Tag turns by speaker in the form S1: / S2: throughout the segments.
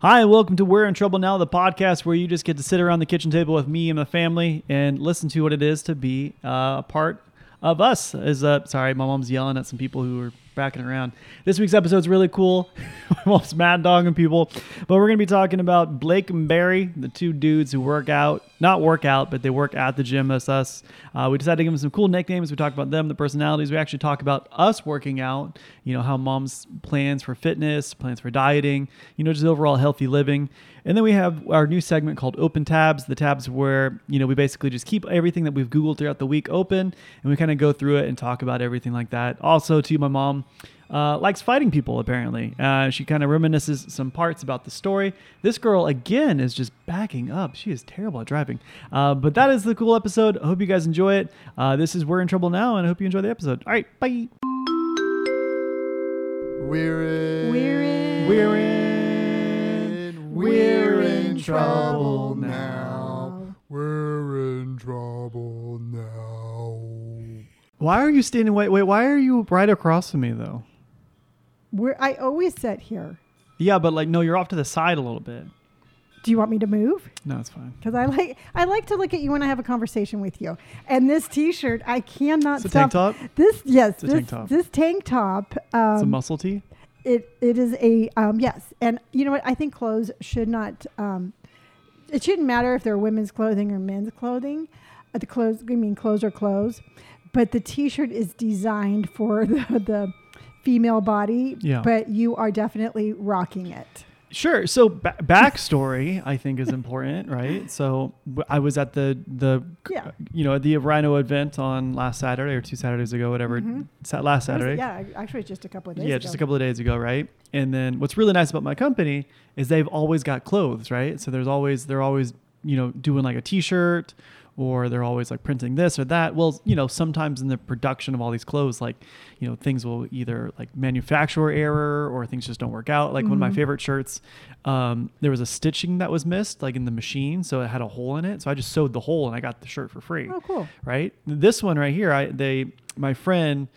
S1: Hi, and welcome to We're in Trouble Now, the podcast where you just get to sit around the kitchen table with me and my family and listen to what it is to be uh, a part of us. Is uh, sorry, my mom's yelling at some people who are backing around. This week's episode is really cool. my mom's mad dogging people, but we're gonna be talking about Blake and Barry, the two dudes who work out, not work out, but they work at the gym. That's us. Uh, we decided to give them some cool nicknames. We talk about them, the personalities. We actually talk about us working out. You know how mom's plans for fitness, plans for dieting. You know just overall healthy living. And then we have our new segment called Open Tabs, the tabs where, you know, we basically just keep everything that we've Googled throughout the week open and we kind of go through it and talk about everything like that. Also, too, my mom uh, likes fighting people, apparently. Uh, she kind of reminisces some parts about the story. This girl, again, is just backing up. She is terrible at driving. Uh, but that is the cool episode. I hope you guys enjoy it. Uh, this is We're in Trouble Now, and I hope you enjoy the episode. All right, bye.
S2: We're in.
S3: We're in.
S1: We're in.
S2: We're in trouble now. We're in trouble now.
S1: Why are you standing? Wait, wait. Why are you right across from me though?
S3: We're, I always sit here.
S1: Yeah, but like, no, you're off to the side a little bit.
S3: Do you want me to move?
S1: No, it's fine.
S3: Because I like I like to look at you when I have a conversation with you. And this T-shirt, I cannot
S1: It's a
S3: stop.
S1: tank top.
S3: This yes,
S1: a
S3: this
S1: tank top.
S3: this tank top.
S1: It's a
S3: Um,
S1: muscle tee.
S3: it it is a um, yes, and you know what? I think clothes should not. Um, it shouldn't matter if they're women's clothing or men's clothing. Uh, the clothes, I mean, clothes are clothes, but the T-shirt is designed for the, the female body.
S1: Yeah.
S3: But you are definitely rocking it.
S1: Sure. So ba- backstory, I think, is important, right? So w- I was at the the
S3: Yeah.
S1: you know at the Rhino event on last Saturday or two Saturdays ago, whatever. Sa- last
S3: Mm-hmm. It was-
S1: Saturday.
S3: Yeah, actually, just a couple of days.
S1: yeah,
S3: ago.
S1: just a couple of days ago, right? And then what's really nice about my company is they've always got clothes, right? So there's always they're always you know doing like a T-shirt, or they're always like printing this or that. Well, you know sometimes in the production of all these clothes, like you know things will either like manufacturer error or things just don't work out. Like
S3: Mm-hmm.
S1: one of my favorite shirts, um, there was a stitching that was missed like in the machine, so it had a hole in it. So I just sewed the hole and I got the shirt for free
S3: Oh, cool.
S1: right? This one right here, I they my friend,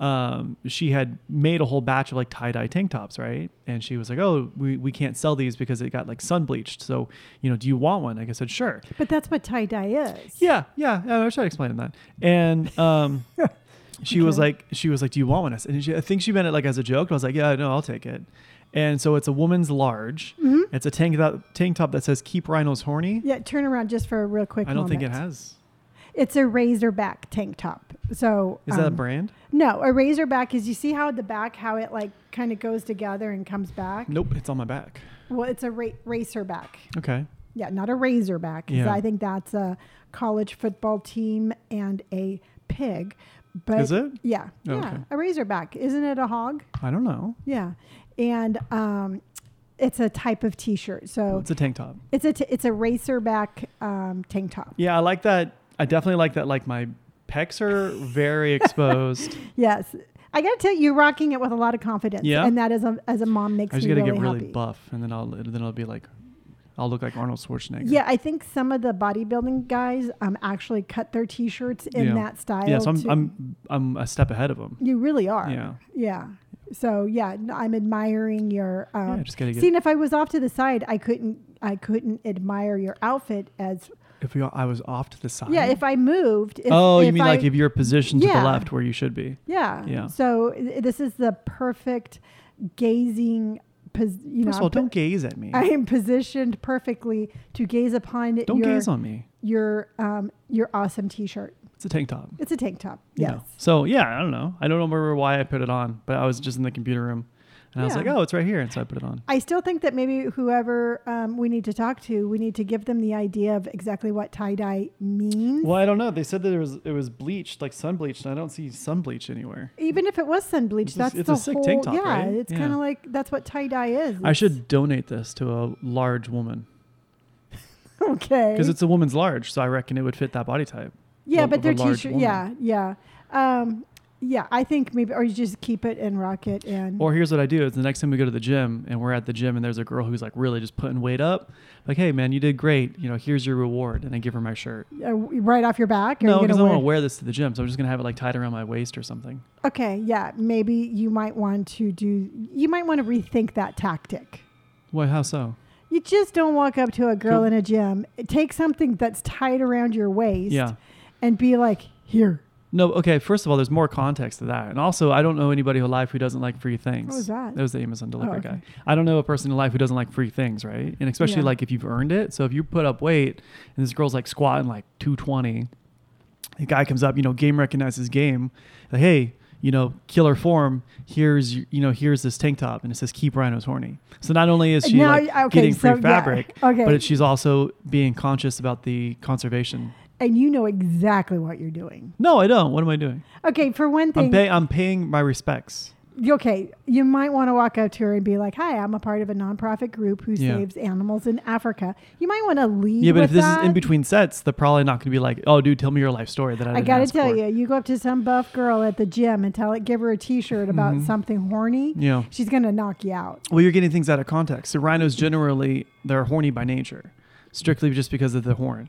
S1: um, she had made a whole batch of like tie dye tank tops, right? And she was like, "Oh, we, we can't sell these because it got like sun bleached. So, you know, do you want one?" Like I said, "Sure."
S3: But that's what tie dye is.
S1: Yeah, yeah. yeah, I tried explaining that, and um, she was like, she was like, "Do you want one?" I said- And she, I think she meant it like as a joke. But I was like, "Yeah, no, I'll take it." And so it's a woman's large. It's a tank that, tank top that says "Keep Rhinos Horny."
S3: Yeah, turn around just for a real quick
S1: I don't think it
S3: moment.
S1: has.
S3: It's a razor back tank top. So
S1: Is that a
S3: um,
S1: brand?
S3: No, a razor back is you see how the back, how it like kind of goes together and comes back.
S1: Nope, it's on my back.
S3: Well, it's a ra- racer back.
S1: Okay.
S3: Yeah, not a razor back. 'cause
S1: Yeah.
S3: I think that's a college football team and a pig. But
S1: Is it?
S3: Yeah.
S1: Oh,
S3: yeah.
S1: okay.
S3: A razor back. Isn't it a hog?
S1: I don't know.
S3: Yeah. And um, it's a type of t shirt. So
S1: It's a tank top.
S3: It's a t- it's a racer back um, tank top.
S1: Yeah, I like that. I definitely like that. Like my pecs are very exposed.
S3: Yes, I got to tell you, you're rocking it with a lot of confidence.
S1: Yeah.
S3: and that as a as a mom makes
S1: I just
S3: me
S1: gotta
S3: really,
S1: get really
S3: happy.
S1: buff, and then I'll then I'll be like, I'll look like Arnold Schwarzenegger.
S3: Yeah, I think some of the bodybuilding guys um, actually cut their t-shirts in
S1: Yeah.
S3: that style.
S1: Yeah, so I'm
S3: to-
S1: I'm I'm a step ahead of them.
S3: you really are. Uh,
S1: Yeah.
S3: Yeah. So yeah, no, I'm admiring your. Um,
S1: I just gotta get-
S3: See, and if I was off to the side, I couldn't. I couldn't admire your outfit as.
S1: If we, I was off to the side.
S3: Yeah, if I moved. If,
S1: oh, you
S3: if
S1: mean
S3: I-
S1: like if you're positioned to
S3: Yeah.
S1: the left where you should be?
S3: Yeah.
S1: Yeah.
S3: So i- this is the perfect gazing. Pos- you know,
S1: First of all,
S3: I'm po-
S1: don't gaze at me.
S3: I am positioned perfectly to gaze upon
S1: don't
S3: your
S1: gaze on me.
S3: your um your awesome T-shirt.
S1: It's a tank top.
S3: It's a tank top.
S1: you
S3: Yes.
S1: know. So yeah, I don't know. I don't remember why I put it on, but I was just in the computer room, and I was
S3: Yeah.
S1: like, oh, it's right here, and so I put it on.
S3: I still think that maybe whoever um, we need to talk to, we need to give them the idea of exactly what tie dye means.
S1: Well, I don't know. They said that it was it was bleached, like sun bleached, and I don't see sun bleach anywhere.
S3: Even if it was sun bleach,
S1: It's a-
S3: that's
S1: it's
S3: the
S1: a sick
S3: whole.
S1: tank top,
S3: yeah,
S1: right?
S3: it's
S1: Yeah.
S3: kind of like that's what tie dye is.
S1: I should donate this to a large woman
S3: okay.
S1: because it's a woman's large, so I reckon it would fit that body type.
S3: Yeah,
S1: of-
S3: but
S1: of
S3: their
S1: a large
S3: T-shirt.
S1: woman.
S3: Yeah, yeah, um, yeah. I think maybe, or you just keep it and rock it and.
S1: Or here's what I do: is the next time we go to the gym and we're at the gym and there's a girl who's like really just putting weight up, like, hey man, you did great. You know, here's your reward, and I give her my shirt.
S3: uh, right off your back? Are
S1: No,
S3: you
S1: because
S3: gonna
S1: I want
S3: wear-
S1: to wear this to the gym, so I'm just gonna have it like tied around my waist or something.
S3: Okay, yeah, maybe you might want to do. You might want to rethink that tactic
S1: Why? How so?
S3: You just don't walk up to a girl in a gym, take something that's tied around your waist,
S1: Yeah.
S3: and be like, here.
S1: No, okay. First of all, there's more context to that, and also I don't know anybody alive who doesn't like free things.
S3: What was that? Oh,
S1: That was the Amazon delivery
S3: okay.
S1: guy. I don't know a person alive who doesn't like free things, right? And especially
S3: Yeah.
S1: like if you've earned it. So if you put up weight, and this girl's like squatting like 220, the guy comes up, you know, game recognizes game. Like, hey, you know, killer form. Here's y- you know, here's this tank top, and it says keep rhinos horny. So not only is she
S3: Uh, Now-
S1: like
S3: okay,
S1: getting
S3: so,
S1: free
S3: yeah,
S1: fabric,
S3: okay.
S1: but she's also being conscious about the conservation.
S3: And you know exactly what you're doing.
S1: No, I don't. What am I doing?
S3: Okay, for one
S1: I'm,
S3: thing,
S1: pay- I'm paying my respects.
S3: okay, you might want to walk up to her and be like, hi, I'm a part of a nonprofit group who
S1: Yeah.
S3: saves animals in Africa. You might want to lead
S1: Yeah, but if
S3: with
S1: this is
S3: that.
S1: in between sets, they're probably not going to be like, "Oh, dude, tell me your life story." That I,
S3: I
S1: didn't
S3: gotta
S1: ask
S3: tell
S1: for."
S3: you, you go up to some buff girl at the gym and tell it, give her a T-shirt about something horny.
S1: Mm-hmm. Yeah.
S3: she's gonna knock you out.
S1: Well, you're getting things out of context. So rhinos generally they're horny by nature, strictly just because of the horn.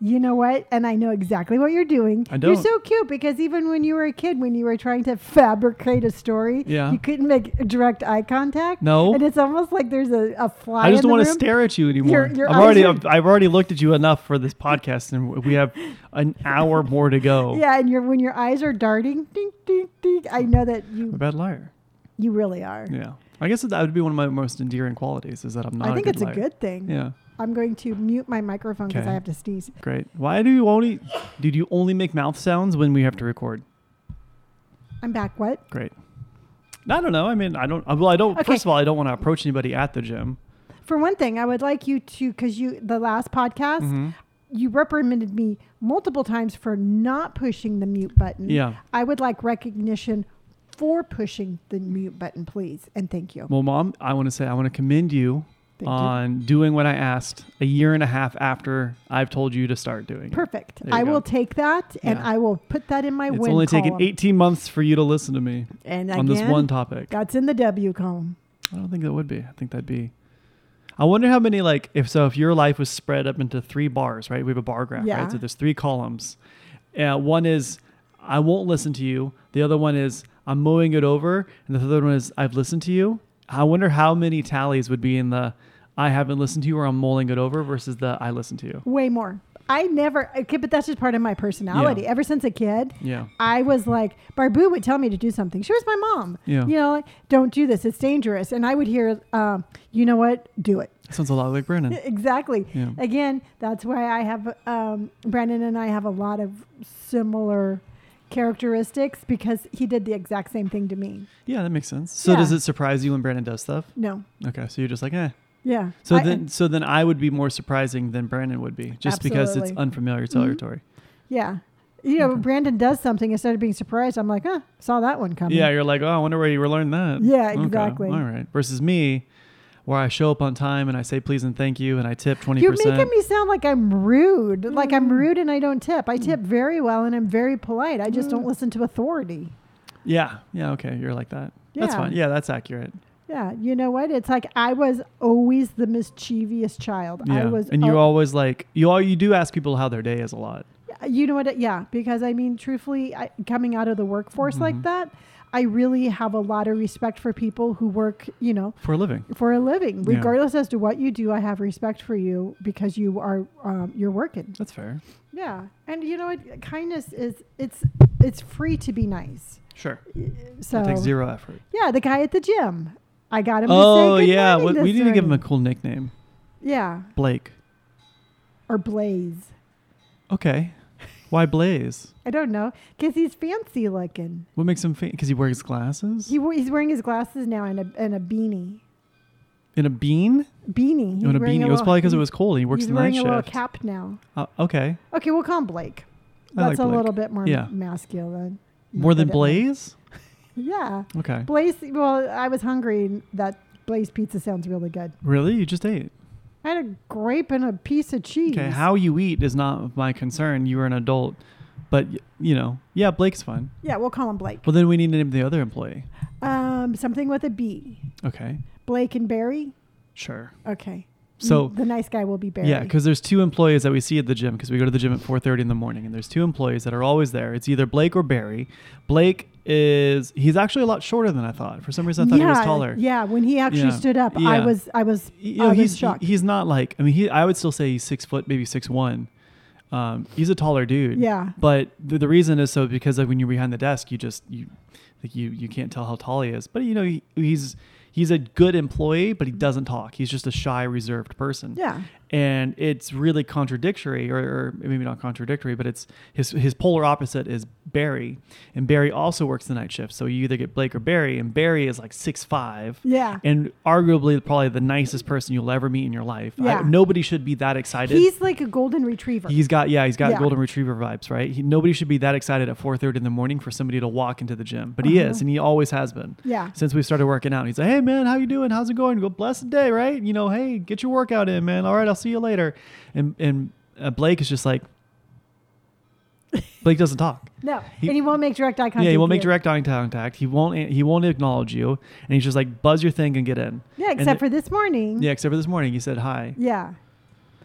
S3: You know what? And I know exactly what you're doing.
S1: I
S3: You're
S1: don't.
S3: so cute because even when you were a kid, when you were trying to fabricate a story,
S1: Yeah.
S3: you couldn't make direct eye contact.
S1: No.
S3: and it's almost like there's a, a fly.
S1: I just don't
S3: in the
S1: want to
S3: room.
S1: stare at you anymore.
S3: Your- your
S1: I'm
S3: eyes
S1: already
S3: are-
S1: I've, I've already looked at you enough for this podcast, and we have an hour more to go.
S3: Yeah, and your when your eyes are darting, ding, ding, ding. I know that
S1: I'm a
S3: you
S1: bad liar.
S3: you really are.
S1: Yeah, I guess that would be one of my most endearing qualities is that I'm not.
S3: I think
S1: a good
S3: it's
S1: liar.
S3: a good thing.
S1: Yeah,
S3: I'm going to mute my microphone because
S1: Okay.
S3: I have to sneeze.
S1: great. Why do you only, dude? You only make mouth sounds when we have to record.
S3: I'm back. What?
S1: Great. I don't know. I mean, I don't. Well, I don't.
S3: Okay.
S1: First of all, I don't want to approach anybody at the gym.
S3: For one thing, I would like you to because you the last podcast
S1: Mm-hmm.
S3: you reprimanded me multiple times for not pushing the mute button.
S1: Yeah.
S3: I would like recognition for pushing the mute button, please, and thank you.
S1: Well, uh, mom, I want to say I want to commend you
S3: Thank you.
S1: on doing what I asked a year and a half after I've told you to start doing. it.
S3: Perfect.
S1: There you
S3: I
S1: go.
S3: will take that and
S1: Yeah.
S3: I will put that in my
S1: It's
S3: win
S1: only taken
S3: column.
S1: 18 months for you to listen to me
S3: and
S1: on this
S3: again,
S1: one topic.
S3: That's in the W column.
S1: I don't think that would be. I think that'd be. I wonder how many like if so if your life was spread up into three bars, right? We have a bar graph,
S3: Yeah.
S1: right? So there's three columns. Uh, one is I won't listen to you. The other one is I'm mowing it over, and the third one is I've listened to you. I wonder how many tallies would be in the I haven't listened to you or I'm mulling it over versus the I listen to you.
S3: Way more. I never. Okay, but that's just part of my personality.
S1: Yeah.
S3: Ever since a kid,
S1: Yeah.
S3: I was like, Barbu would tell me to do something. She was my mom.
S1: Yeah.
S3: You know, like, don't do this. It's dangerous. And I would hear, um, you know what? Do it.
S1: That sounds a lot like Brennan.
S3: Exactly.
S1: Yeah.
S3: Again, that's why I have, um, Brandon and I have a lot of similar characteristics because he did the exact same thing to me.
S1: Yeah, that makes sense. So
S3: Yeah.
S1: does it surprise you when Brandon does stuff?
S3: No.
S1: Okay, so you're just like, eh.
S3: Yeah.
S1: So
S3: I-
S1: then, so then I would be more surprising than Brandon would be, just because it's
S3: Absolutely. Mm-hmm.
S1: unfamiliar territory.
S3: yeah. You know, Brandon does something instead of being surprised. I'm like, huh, saw that one coming.
S1: Yeah, you're like, oh, I wonder where you were learning that.
S3: Yeah,
S1: Okay,
S3: exactly.
S1: All right. Versus me, where I show up on time and I say please and thank you and I tip twenty
S3: You're
S1: percent. Mm.
S3: making me sound like I'm rude. Like I'm rude and I don't tip. I tip very well and I'm very polite. I just don't
S1: Mm.
S3: listen to authority.
S1: yeah, yeah, okay. You're like that. That's
S3: Yeah.
S1: fine. Yeah, that's accurate.
S3: Yeah, you know what? It's like I was always the mischievous child.
S1: Yeah.
S3: I was
S1: and you
S3: al-
S1: always like you all you do ask people how their day is a lot.
S3: you know what? Yeah, because I mean truthfully, I, coming out of the workforce
S1: Mm-hmm.
S3: like that, I really have a lot of respect for people who work, you know,
S1: For a living.
S3: for a living.
S1: Yeah.
S3: Regardless as to what you do, I have respect for you because you are um, you're working.
S1: That's fair.
S3: Yeah. And you know what? Kindness is it's it's free to be nice.
S1: Sure.
S3: So
S1: it takes zero effort.
S3: Yeah, the guy at the gym. I got him.
S1: Oh
S3: to say good
S1: yeah.
S3: morning
S1: What, we
S3: this
S1: need to give him a
S3: morning.
S1: cool nickname.
S3: yeah
S1: Blake.
S3: or Blaze.
S1: Okay. Why Blaze?
S3: I don't know because he's fancy looking.
S1: What makes him famous? Because he wears glasses?
S3: He, wo- he's wearing his glasses now and a and a beanie.
S1: in a bean?
S3: Beanie. He's
S1: In a
S3: wearing
S1: beanie? it was
S3: little-
S1: probably because it
S3: he's-
S1: was cold and he works
S3: he's
S1: the night
S3: wearing a little
S1: shift.
S3: cap now.
S1: Uh, okay.
S3: Okay, we'll call him Blake.
S1: I like
S3: That's a
S1: Blake.
S3: little bit more
S1: Yeah.
S3: masculine.
S1: More than
S3: Not that it
S1: Blaze?
S3: matters. Yeah,
S1: Okay.
S3: Blaze. Well, I was hungry. and That Blaze pizza sounds really good.
S1: Really? You just ate?
S3: I had a grape and a piece of cheese.
S1: Okay. How you eat is not my concern. You are an adult. But, y- you know, yeah, Blake's fine.
S3: Yeah, we'll call him Blake.
S1: Well, then we need to name the other employee.
S3: Um, something with a B.
S1: Okay.
S3: Blake and Barry.
S1: Sure.
S3: Okay. Mm,
S1: So-
S3: the nice guy will be Barry.
S1: Yeah, because there's two employees that we see at the gym because we go to the gym at 4:30 in the morning, and there's two employees that are always there. It's either Blake or Barry. Blake is he's actually a lot shorter than I thought. For some reason, I thought
S3: yeah,
S1: he was taller.
S3: Yeah, when he actually
S1: Yeah.
S3: stood up, I
S1: Yeah.
S3: was I was
S1: You know,
S3: I was
S1: he's
S3: Oh, shocked.
S1: he's not like I mean he I would still say he's six foot maybe six one. Um, he's a taller dude.
S3: Yeah.
S1: But the, the reason is so because like when you're behind the desk, you just you like you you can't tell how tall he is. But you know he, he's he's a good employee, but he doesn't talk. He's just a shy, reserved person.
S3: Yeah.
S1: And it's really contradictory, or, or maybe not contradictory, but it's his his polar opposite is Barry, and Barry also works the night shift. So you either get Blake or Barry, and Barry is like six five
S3: yeah.
S1: and arguably probably the nicest person you'll ever meet in your life. I-
S3: Yeah.
S1: nobody should be that excited.
S3: He's like a golden retriever.
S1: he's got yeah, he's got
S3: Yeah.
S1: golden retriever vibes, right? He, nobody should be that excited at 4:30 in the morning for somebody to walk into the gym, but he is, and he always has been.
S3: Mm-hmm. Yeah.
S1: Since we started working out, he's like, "Hey man, how you doing? How's it going? Go bless the day, right? You know, hey, get your workout in, man. All right, I'll see you later." And and uh, Blake is just like, Blake doesn't talk.
S3: no,
S1: he-
S3: and he won't make direct eye contact.
S1: Yeah, he won't
S3: with
S1: make
S3: you.
S1: direct eye contact. He won't. He won't acknowledge you, and he's just like, "Buzz your thing and get in."
S3: Yeah,
S1: And
S3: except
S1: it-
S3: for this morning.
S1: yeah, except for this morning, he said hi.
S3: Yeah.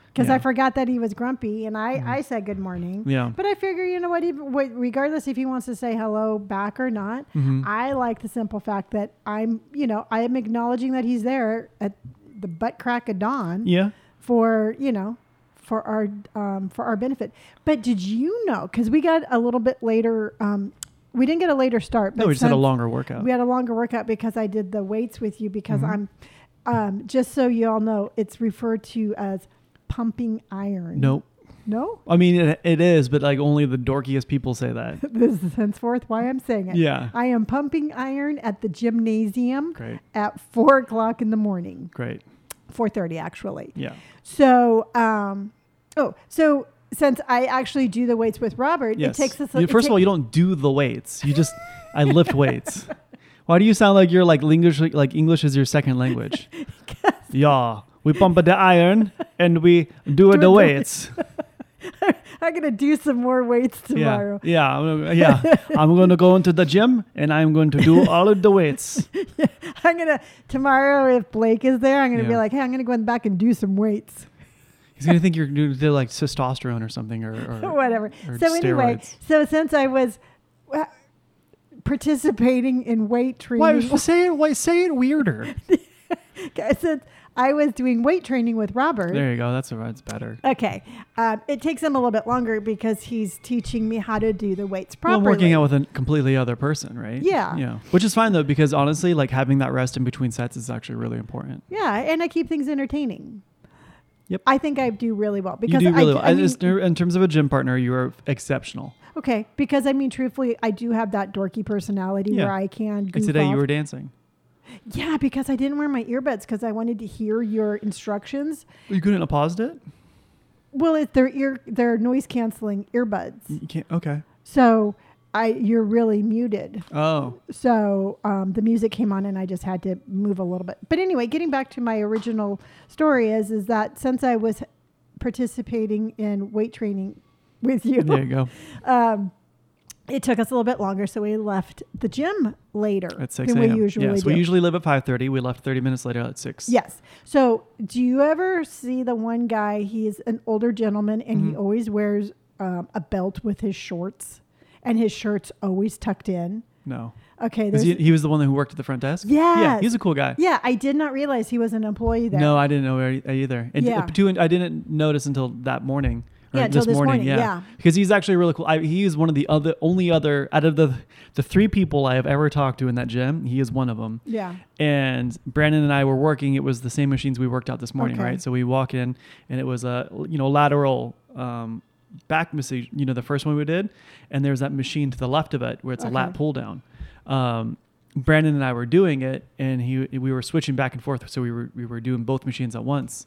S3: Because
S1: Yeah. Mm.
S3: I forgot that he was grumpy, and I, I said good morning.
S1: Yeah.
S3: But I figure, you know what, even, what regardless if he wants to say hello back or not,
S1: Mm-hmm.
S3: I like the simple fact that I'm, you know, I am acknowledging that he's there at the butt crack of dawn
S1: Yeah.
S3: for, you know, for our um, for our benefit. But did you know? Because we got a little bit later. Um, we didn't get a later start. But
S1: No, we just had a
S3: since-
S1: longer workout.
S3: we had a longer workout because I did the weights with you because
S1: Mm-hmm.
S3: I'm, um, just so you all know, it's referred to as pumping iron.
S1: Nope.
S3: No?
S1: I mean, it, it is, but like only the dorkiest people say that.
S3: This is henceforth why I'm saying it.
S1: Yeah.
S3: I am pumping iron at the gymnasium
S1: Great.
S3: at four o'clock in the morning,
S1: Great.
S3: 4.30 actually.
S1: Yeah.
S3: So, um, oh, so since I actually do the weights with Robert,
S1: Yes.
S3: it takes us.
S1: You-
S3: it
S1: first
S3: ta-
S1: of all, you don't do the weights. You just, I lift weights. Why do you sound like you're like English, like English is your second language? yeah. We pump the iron and we do,
S3: the
S1: the weights.
S3: I'm gonna do some more weights
S1: Yeah.
S3: tomorrow.
S1: Yeah. I'm gonna- Yeah. I'm going to go into the gym and I'm going to do all of the weights.
S3: I'm gonna tomorrow if Blake is there, I'm gonna be
S1: Yeah.
S3: like, hey, I'm gonna go in the back and do some weights.
S1: He's going to think you're doing like testosterone or something or, or
S3: whatever.
S1: or
S3: So anyway,
S1: steroids.
S3: so since I was uh, participating in weight
S1: Why
S3: training,
S1: say it? Why say it weirder?
S3: since I was doing weight training with Robert.
S1: There you go. That's that's better.
S3: Okay, um, it takes him a little bit longer because he's teaching me how to do the weights
S1: Well,
S3: properly.
S1: I'm working out with a completely other person, right?
S3: Yeah.
S1: Yeah. Which is fine though, because honestly, like having that rest in between sets is actually really important.
S3: yeah, and I keep things entertaining.
S1: Yep.
S3: I think I do really well because
S1: you do really
S3: I,
S1: well.
S3: I
S1: And
S3: mean,
S1: it's- in terms of a gym partner, you are exceptional.
S3: okay, because I mean, truthfully, I do have that dorky personality
S1: Yeah.
S3: where I can.
S1: Like
S3: Goof
S1: today,
S3: off.
S1: you were dancing.
S3: Yeah, because I didn't wear my earbuds because I wanted to hear your instructions.
S1: You couldn't have paused it.
S3: Well, it's their ear, their noise canceling earbuds.
S1: You can't. Okay.
S3: So I, you're really muted.
S1: Oh.
S3: So um, the music came on, and I just had to move a little bit. But anyway, getting back to my original story is is that since I was participating in weight training with you,
S1: There you go.
S3: um, it took us a little bit longer, so we left the gym later
S1: At six
S3: than we
S1: a.m.
S3: usually
S1: yes,
S3: do.
S1: we usually live at five thirty. We left thirty minutes later at six.
S3: Yes. So, do you ever see the one guy? He's an older gentleman, and
S1: Mm-hmm.
S3: he always wears um, a belt with his shorts, and his shirt's always tucked in.
S1: No.
S3: Okay.
S1: Is
S3: There's,
S1: he, he was the one who worked at the front desk. Yeah.
S3: Yes.
S1: He's a cool guy.
S3: yeah, I did not realize he was an employee there.
S1: No, I didn't know e- either. It,
S3: Yeah.
S1: to- I didn't notice until that morning. or
S3: Yeah, until this morning, yeah.
S1: Because he's actually really cool. I, he is one of the other, only other out of the the three people I have ever talked to in that gym. He is one of them.
S3: Yeah.
S1: And Brandon and I were working. It was the same machines we worked out this morning,
S3: Okay.
S1: right? So we walk in, and it was a you know lateral um, back machine. You know the first one we did, and there's that machine to the left of it where it's a lat
S3: Okay.
S1: pull down. Um, Brandon and I were doing it, and he we were switching back and forth, so we were we were doing both machines at once.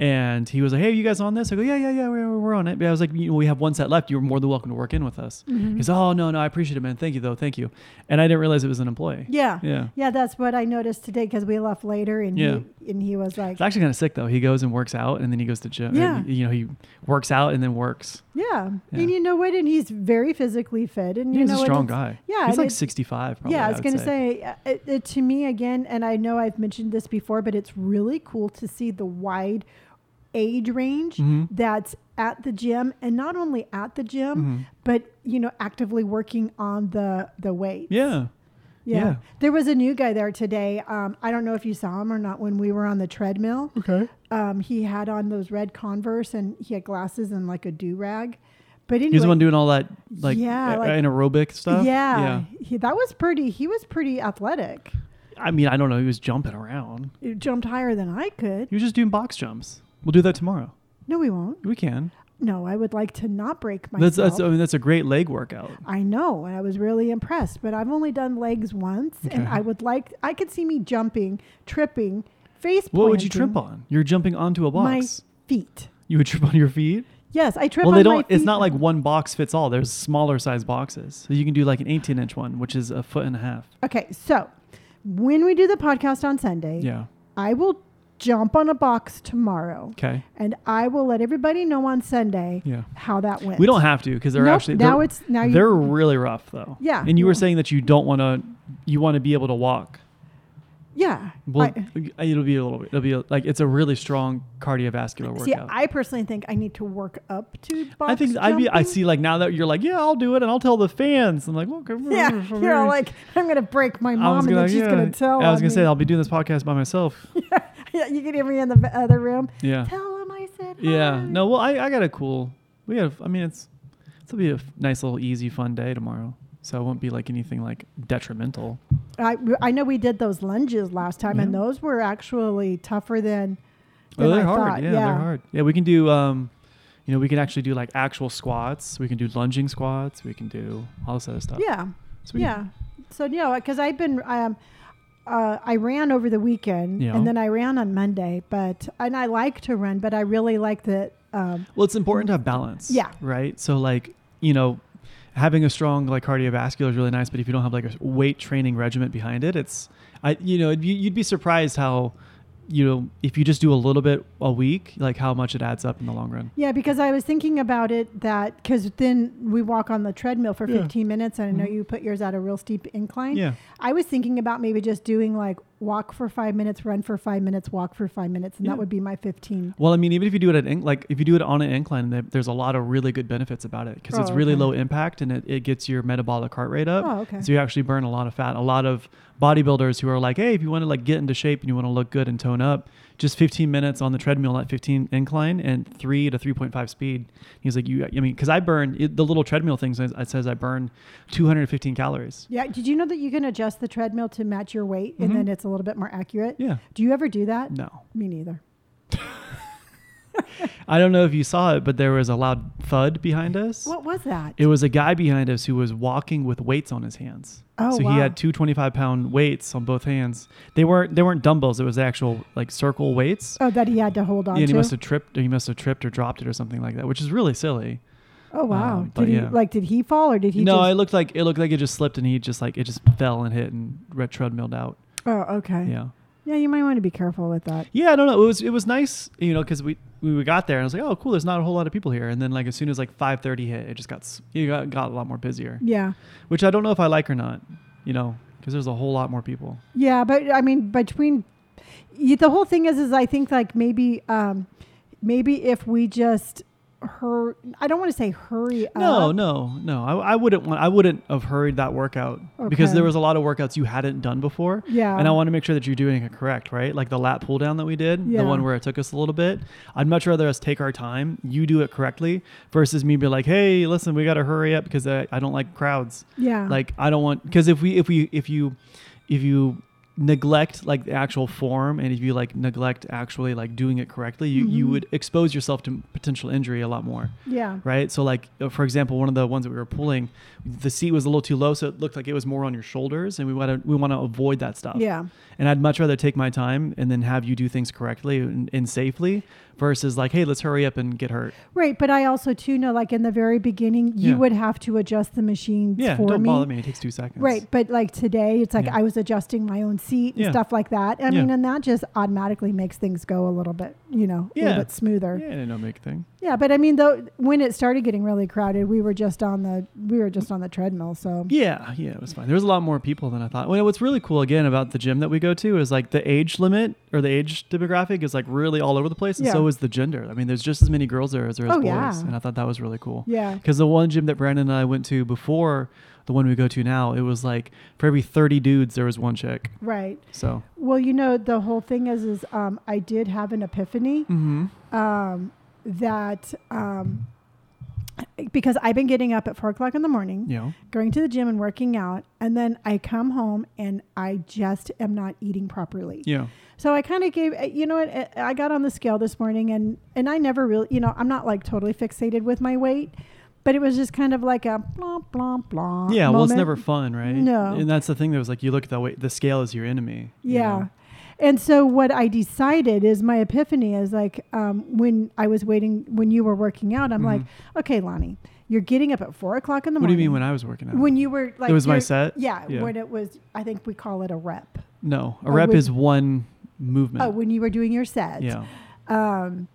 S1: And he was like, "Hey, you guys on this?" I go, "Yeah, yeah, yeah, we're, we're on it." But I was like, you know, "We have one set left. You're more than welcome to work in with us."
S3: Mm-hmm.
S1: He's, "Oh no, no, I appreciate it, man. Thank you, though. Thank you." And I didn't realize it was an employee.
S3: Yeah.
S1: Yeah.
S3: Yeah, that's what I noticed today because we left later, and
S1: Yeah.
S3: he, and he was like,
S1: It's actually kind of sick though. He goes and works out, and then he goes to gym.
S3: Yeah.
S1: and, you know, he works out and then works.
S3: yeah.
S1: Yeah.
S3: and you know what? And he's very physically fit, and you
S1: He's
S3: know
S1: a
S3: what?
S1: strong
S3: It's-
S1: guy.
S3: Yeah,
S1: he's
S3: and
S1: like
S3: it's-
S1: 65. Probably,
S3: yeah, I was
S1: would
S3: going to say, uh, it, it, to me again, and I know I've mentioned this before, but it's really cool to see the wide age range
S1: Mm-hmm.
S3: that's at the gym and not only at the gym
S1: Mm-hmm.
S3: but you know actively working on the the weight
S1: Yeah.
S3: yeah.
S1: Yeah.
S3: There was a new guy there today. Um, I don't know if you saw him or not when we were on the treadmill.
S2: Okay.
S3: Um, he had on those red Converse and he had glasses and like a do rag. But anyway,
S1: He was the one doing all that like,
S3: Yeah,
S1: a-
S3: like-
S1: anaerobic stuff.
S3: yeah, He, that was pretty. He was pretty athletic.
S1: I mean, I don't know. He was jumping around.
S3: He jumped higher than I could.
S1: He was just doing box jumps. We'll do that tomorrow.
S3: No, we won't.
S1: We can.
S3: No, I would like to not break myself.
S1: That's that's I mean, that's a great leg workout.
S3: I know, and I was really impressed. But I've only done legs once, and
S1: Okay.
S3: I would like. I could see me jumping, tripping, face.
S1: What would you
S3: planting
S1: trip on? You're jumping onto a
S3: My
S1: box.
S3: feet.
S1: you would trip on your feet.
S3: Yes, I trip
S1: well,
S3: on
S1: they
S3: my
S1: don't.
S3: feet.
S1: It's not like one box fits all. There's smaller size boxes. So you can do like an 18 inch one, which is a foot and a half.
S3: Okay, so when we do the podcast on Sunday,
S1: Yeah.
S3: I will jump on a box tomorrow,
S1: Okay.
S3: and I will let everybody know on Sunday
S1: Yeah.
S3: how that went.
S1: We don't have to because they're
S3: Nope,
S1: actually
S3: now
S1: they're,
S3: it's- now you-
S1: they're really rough though.
S3: Yeah.
S1: And you were
S3: Yeah.
S1: saying that you don't want to you want to be able to walk.
S3: Yeah.
S1: Well, uh,
S3: I-
S1: it'll be a little bit. It'll be a, like it's a really strong cardiovascular workout.
S3: see, I personally think I need to work up to box.
S1: I think I be I
S3: jumping.
S1: see like now that you're like yeah I'll do it and I'll tell the fans. I'm like okay.
S3: Yeah, you know, like I'm gonna break my mom, and then she's gonna tell.
S1: I was
S3: on
S1: gonna say
S3: me.
S1: I'll be doing this podcast by myself.
S3: yeah, you could hear me in the v- other room.
S1: Yeah.
S3: Tell him I said.
S1: Yeah.
S3: hi.
S1: No. Well, I, I got a cool. We have. I mean, it's it's will be a f- nice little easy fun day tomorrow. So it won't be like anything like detrimental.
S3: I I know we did those lunges last time, and
S1: Yeah.
S3: those were actually tougher than.
S1: Oh,
S3: than
S1: they're
S3: I
S1: hard.
S3: thought.
S1: yeah, they're hard. Yeah, we can do. Um, you know, we can actually do like actual squats. We can do lunging squats. We can do all this other stuff.
S3: Yeah.
S1: So we-
S3: Yeah. So you know, because I've been um, uh, I ran over the weekend
S1: Yeah.
S3: and then I ran on Monday, but and I like to run, but I really like that. Um,
S1: Well, it's important to have balance.
S3: Yeah.
S1: Right. So like you know, having a strong like cardiovascular is really nice, but if you don't have like a weight training regimen behind it, it's I you know you- you'd be surprised how you know if you just do a little bit a week, like how much it adds up in the long run.
S3: yeah, because I was thinking about it that because then we walk on the treadmill for
S1: Yeah.
S3: 15 minutes, and I know
S1: Mhm.
S3: you put yours at a real steep incline.
S1: Yeah.
S3: I was thinking about maybe just doing like walk for five minutes, run for five minutes, walk for five minutes, and
S1: Yeah.
S3: that would be my 15.
S1: Well, I mean, even if you do it at in, like if you do it on an incline, there- there's a lot of really good benefits about it because it's
S3: Oh,
S1: really
S3: okay.
S1: low impact and it, it gets your metabolic heart rate up.
S3: Oh, okay.
S1: So you actually burn a lot of fat. A lot of bodybuilders who are like, hey, if you want to like get into shape and you want to look good and tone up, just 15 minutes on the treadmill at 15 incline and three to 3.5 speed. He's like, you, I mean, because I burn it, the little treadmill thing says, it says I burn 215 calories.
S3: Yeah. Did you know that you can adjust the treadmill to match your weight,
S1: Mhm.
S3: and then it's a little bit more accurate?
S1: Yeah.
S3: Do you ever do that?
S1: No.
S3: Me neither.
S1: I don't know if you saw it, but there was a loud thud behind us.
S3: What was that?
S1: It was a guy behind us who was walking with weights on his hands.
S3: Oh,
S1: so
S3: wow.
S1: he had two 25 pound weights on both hands. They weren't they weren't dumbbells. It was actual like circle weights.
S3: oh, that he had to hold on
S1: and he
S3: to.
S1: must have tripped. He must have tripped or dropped it or something like that, which is really silly.
S3: oh wow!
S1: um, but
S3: did he
S1: yeah.
S3: like? Did he fall or did he?
S1: no,
S3: just,
S1: it looked like it looked like it just slipped and he just like it just fell and hit and red treadmilled out.
S3: Oh, okay. Yeah.
S1: Yeah.
S3: you might want to be careful with that.
S1: Yeah, I don't know. It was it was nice, you know, because we we got there and I was like, oh, cool. There's not a whole lot of people here. And then like as soon as like 5:30 hit, it just got s- it got, got a lot more busier,
S3: Yeah,
S1: which I don't know if I like or not, you know, because there's a whole lot more people.
S3: yeah, but I mean, between y- the whole thing is, is I think like maybe, um, maybe if we just hurry, I don't want to say hurry
S1: No,
S3: up.
S1: no, no. I, I wouldn't want. I wouldn't have hurried that workout because
S3: Okay.
S1: there was a lot of workouts you hadn't done before.
S3: Yeah.
S1: And I want to make sure that you're doing it correct, right? Like the lat pull down that we did,
S3: Yeah.
S1: the one where it took us a little bit. I'd much rather us take our time, you do it correctly, versus me be like, hey, listen, we got to hurry up because I, I don't like crowds.
S3: Yeah.
S1: Like I don't want because if we if we if you if you neglect like the actual form and if you like neglect actually like doing it correctly, you you
S3: Mhm.
S1: would expose yourself to potential injury a lot more
S3: Yeah.
S1: right? So like uh, for example, one of the ones that we were pulling, the seat was a little too low, so it looked like it was more on your shoulders, and we want to we want to avoid that stuff.
S3: Yeah.
S1: And I'd much rather take my time and then have you do things correctly and, and safely versus like, hey, let's hurry up and get hurt.
S3: Right, but I also too know, like in the very beginning, you
S1: Yeah.
S3: would have to adjust the machines
S1: Yeah,
S3: for
S1: don't
S3: me.
S1: bother me. It takes two seconds.
S3: Right, but like today, it's like
S1: Yeah.
S3: I was adjusting my own seat and
S1: Yeah.
S3: stuff like that. I
S1: Yeah.
S3: mean, and that just automatically makes things go a little bit, you know, a
S1: Yeah.
S3: little bit smoother.
S1: Yeah, no make thing.
S3: Yeah, but I mean, though, when it started getting really crowded, we were just on the we were just on the treadmill. So
S1: Yeah, yeah, it was fine. There was a lot more people than I thought. Well, what's really cool again about the gym that we go to is like the age limit or the age demographic is like really all over the place, and
S3: Yeah.
S1: so is the gender. I mean, there's just as many girls there as there is
S3: Oh,
S1: boys,
S3: yeah.
S1: and I thought that was really cool.
S3: yeah,
S1: Because the one gym that Brandon and I went to before the one we go to now, it was like for every 30 dudes, there was one chick.
S3: right.
S1: So,
S3: Well, you know, the whole thing is, is um, I did have an epiphany
S1: mm-hmm.
S3: um, that um, because I've been getting up at four o'clock in the morning,
S1: you know,
S3: going to the gym and working out, and then I come home and I just am not eating properly.
S1: yeah,
S3: So I kind of gave, eh, you know what? I- I got on the scale this morning, and and I never really, you know, I'm not like totally fixated with my weight, but it was just kind of like a blah blah blah.
S1: yeah. Well, it's
S3: moment.
S1: never fun, right?
S3: No.
S1: And that's the thing that was like, you look at that way, the scale is your enemy. you
S3: Yeah.
S1: know?
S3: And so what I decided is my epiphany is like um, when I was waiting when you were working out, I'm like, okay, Lonnie, you're getting up at four o'clock in the
S1: Mm-hmm. What do you mean when
S3: morning.
S1: I was working out?
S3: when you were like
S1: it was my
S3: you're-
S1: set.
S3: Yeah,
S1: Yeah.
S3: when it was, I think we call it a rep.
S1: No, a
S3: Or
S1: rep
S3: would-
S1: is one movement.
S3: Oh, when you were doing your sets.
S1: yeah,
S3: um,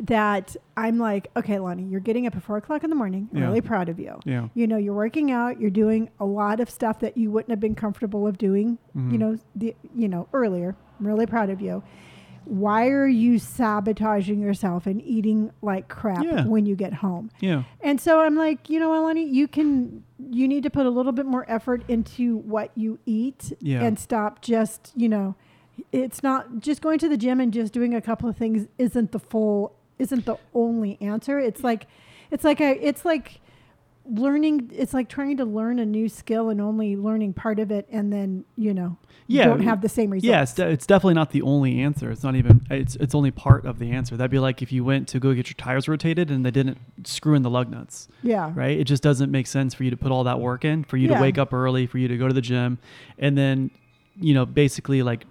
S3: that I'm like, okay, Lonnie, you're getting up at four o'clock in the morning. I'm
S1: Yeah.
S3: really proud of you.
S1: yeah,
S3: You know, you're working out. You're doing a lot of stuff that you wouldn't have been comfortable of doing.
S1: Mhm.
S3: You know, the you know earlier. I'm really proud of you. Why are you sabotaging yourself and eating like crap
S1: Yeah.
S3: when you get home?
S1: yeah,
S3: And so I'm like, you know what, Lonnie, you can you need to put a little bit more effort into what you eat
S1: Yeah.
S3: and stop just, you know, it's not just going to the gym and just doing a couple of things isn't the full isn't the only answer. It's like it's like a it's like learning it's like trying to learn a new skill and only learning part of it and then, you know, you
S1: Yeah.
S3: don't have the same results.
S1: yeah. It's, de- it's definitely not the only answer. It's not even. It's it's only part of the answer. That'd be like if you went to go get your tires rotated and they didn't screw in the lug nuts,
S3: Yeah.
S1: right? It just doesn't make sense for you to put all that work in, for you
S3: Yeah.
S1: to wake up early, for you to go to the gym, and then, you know, basically like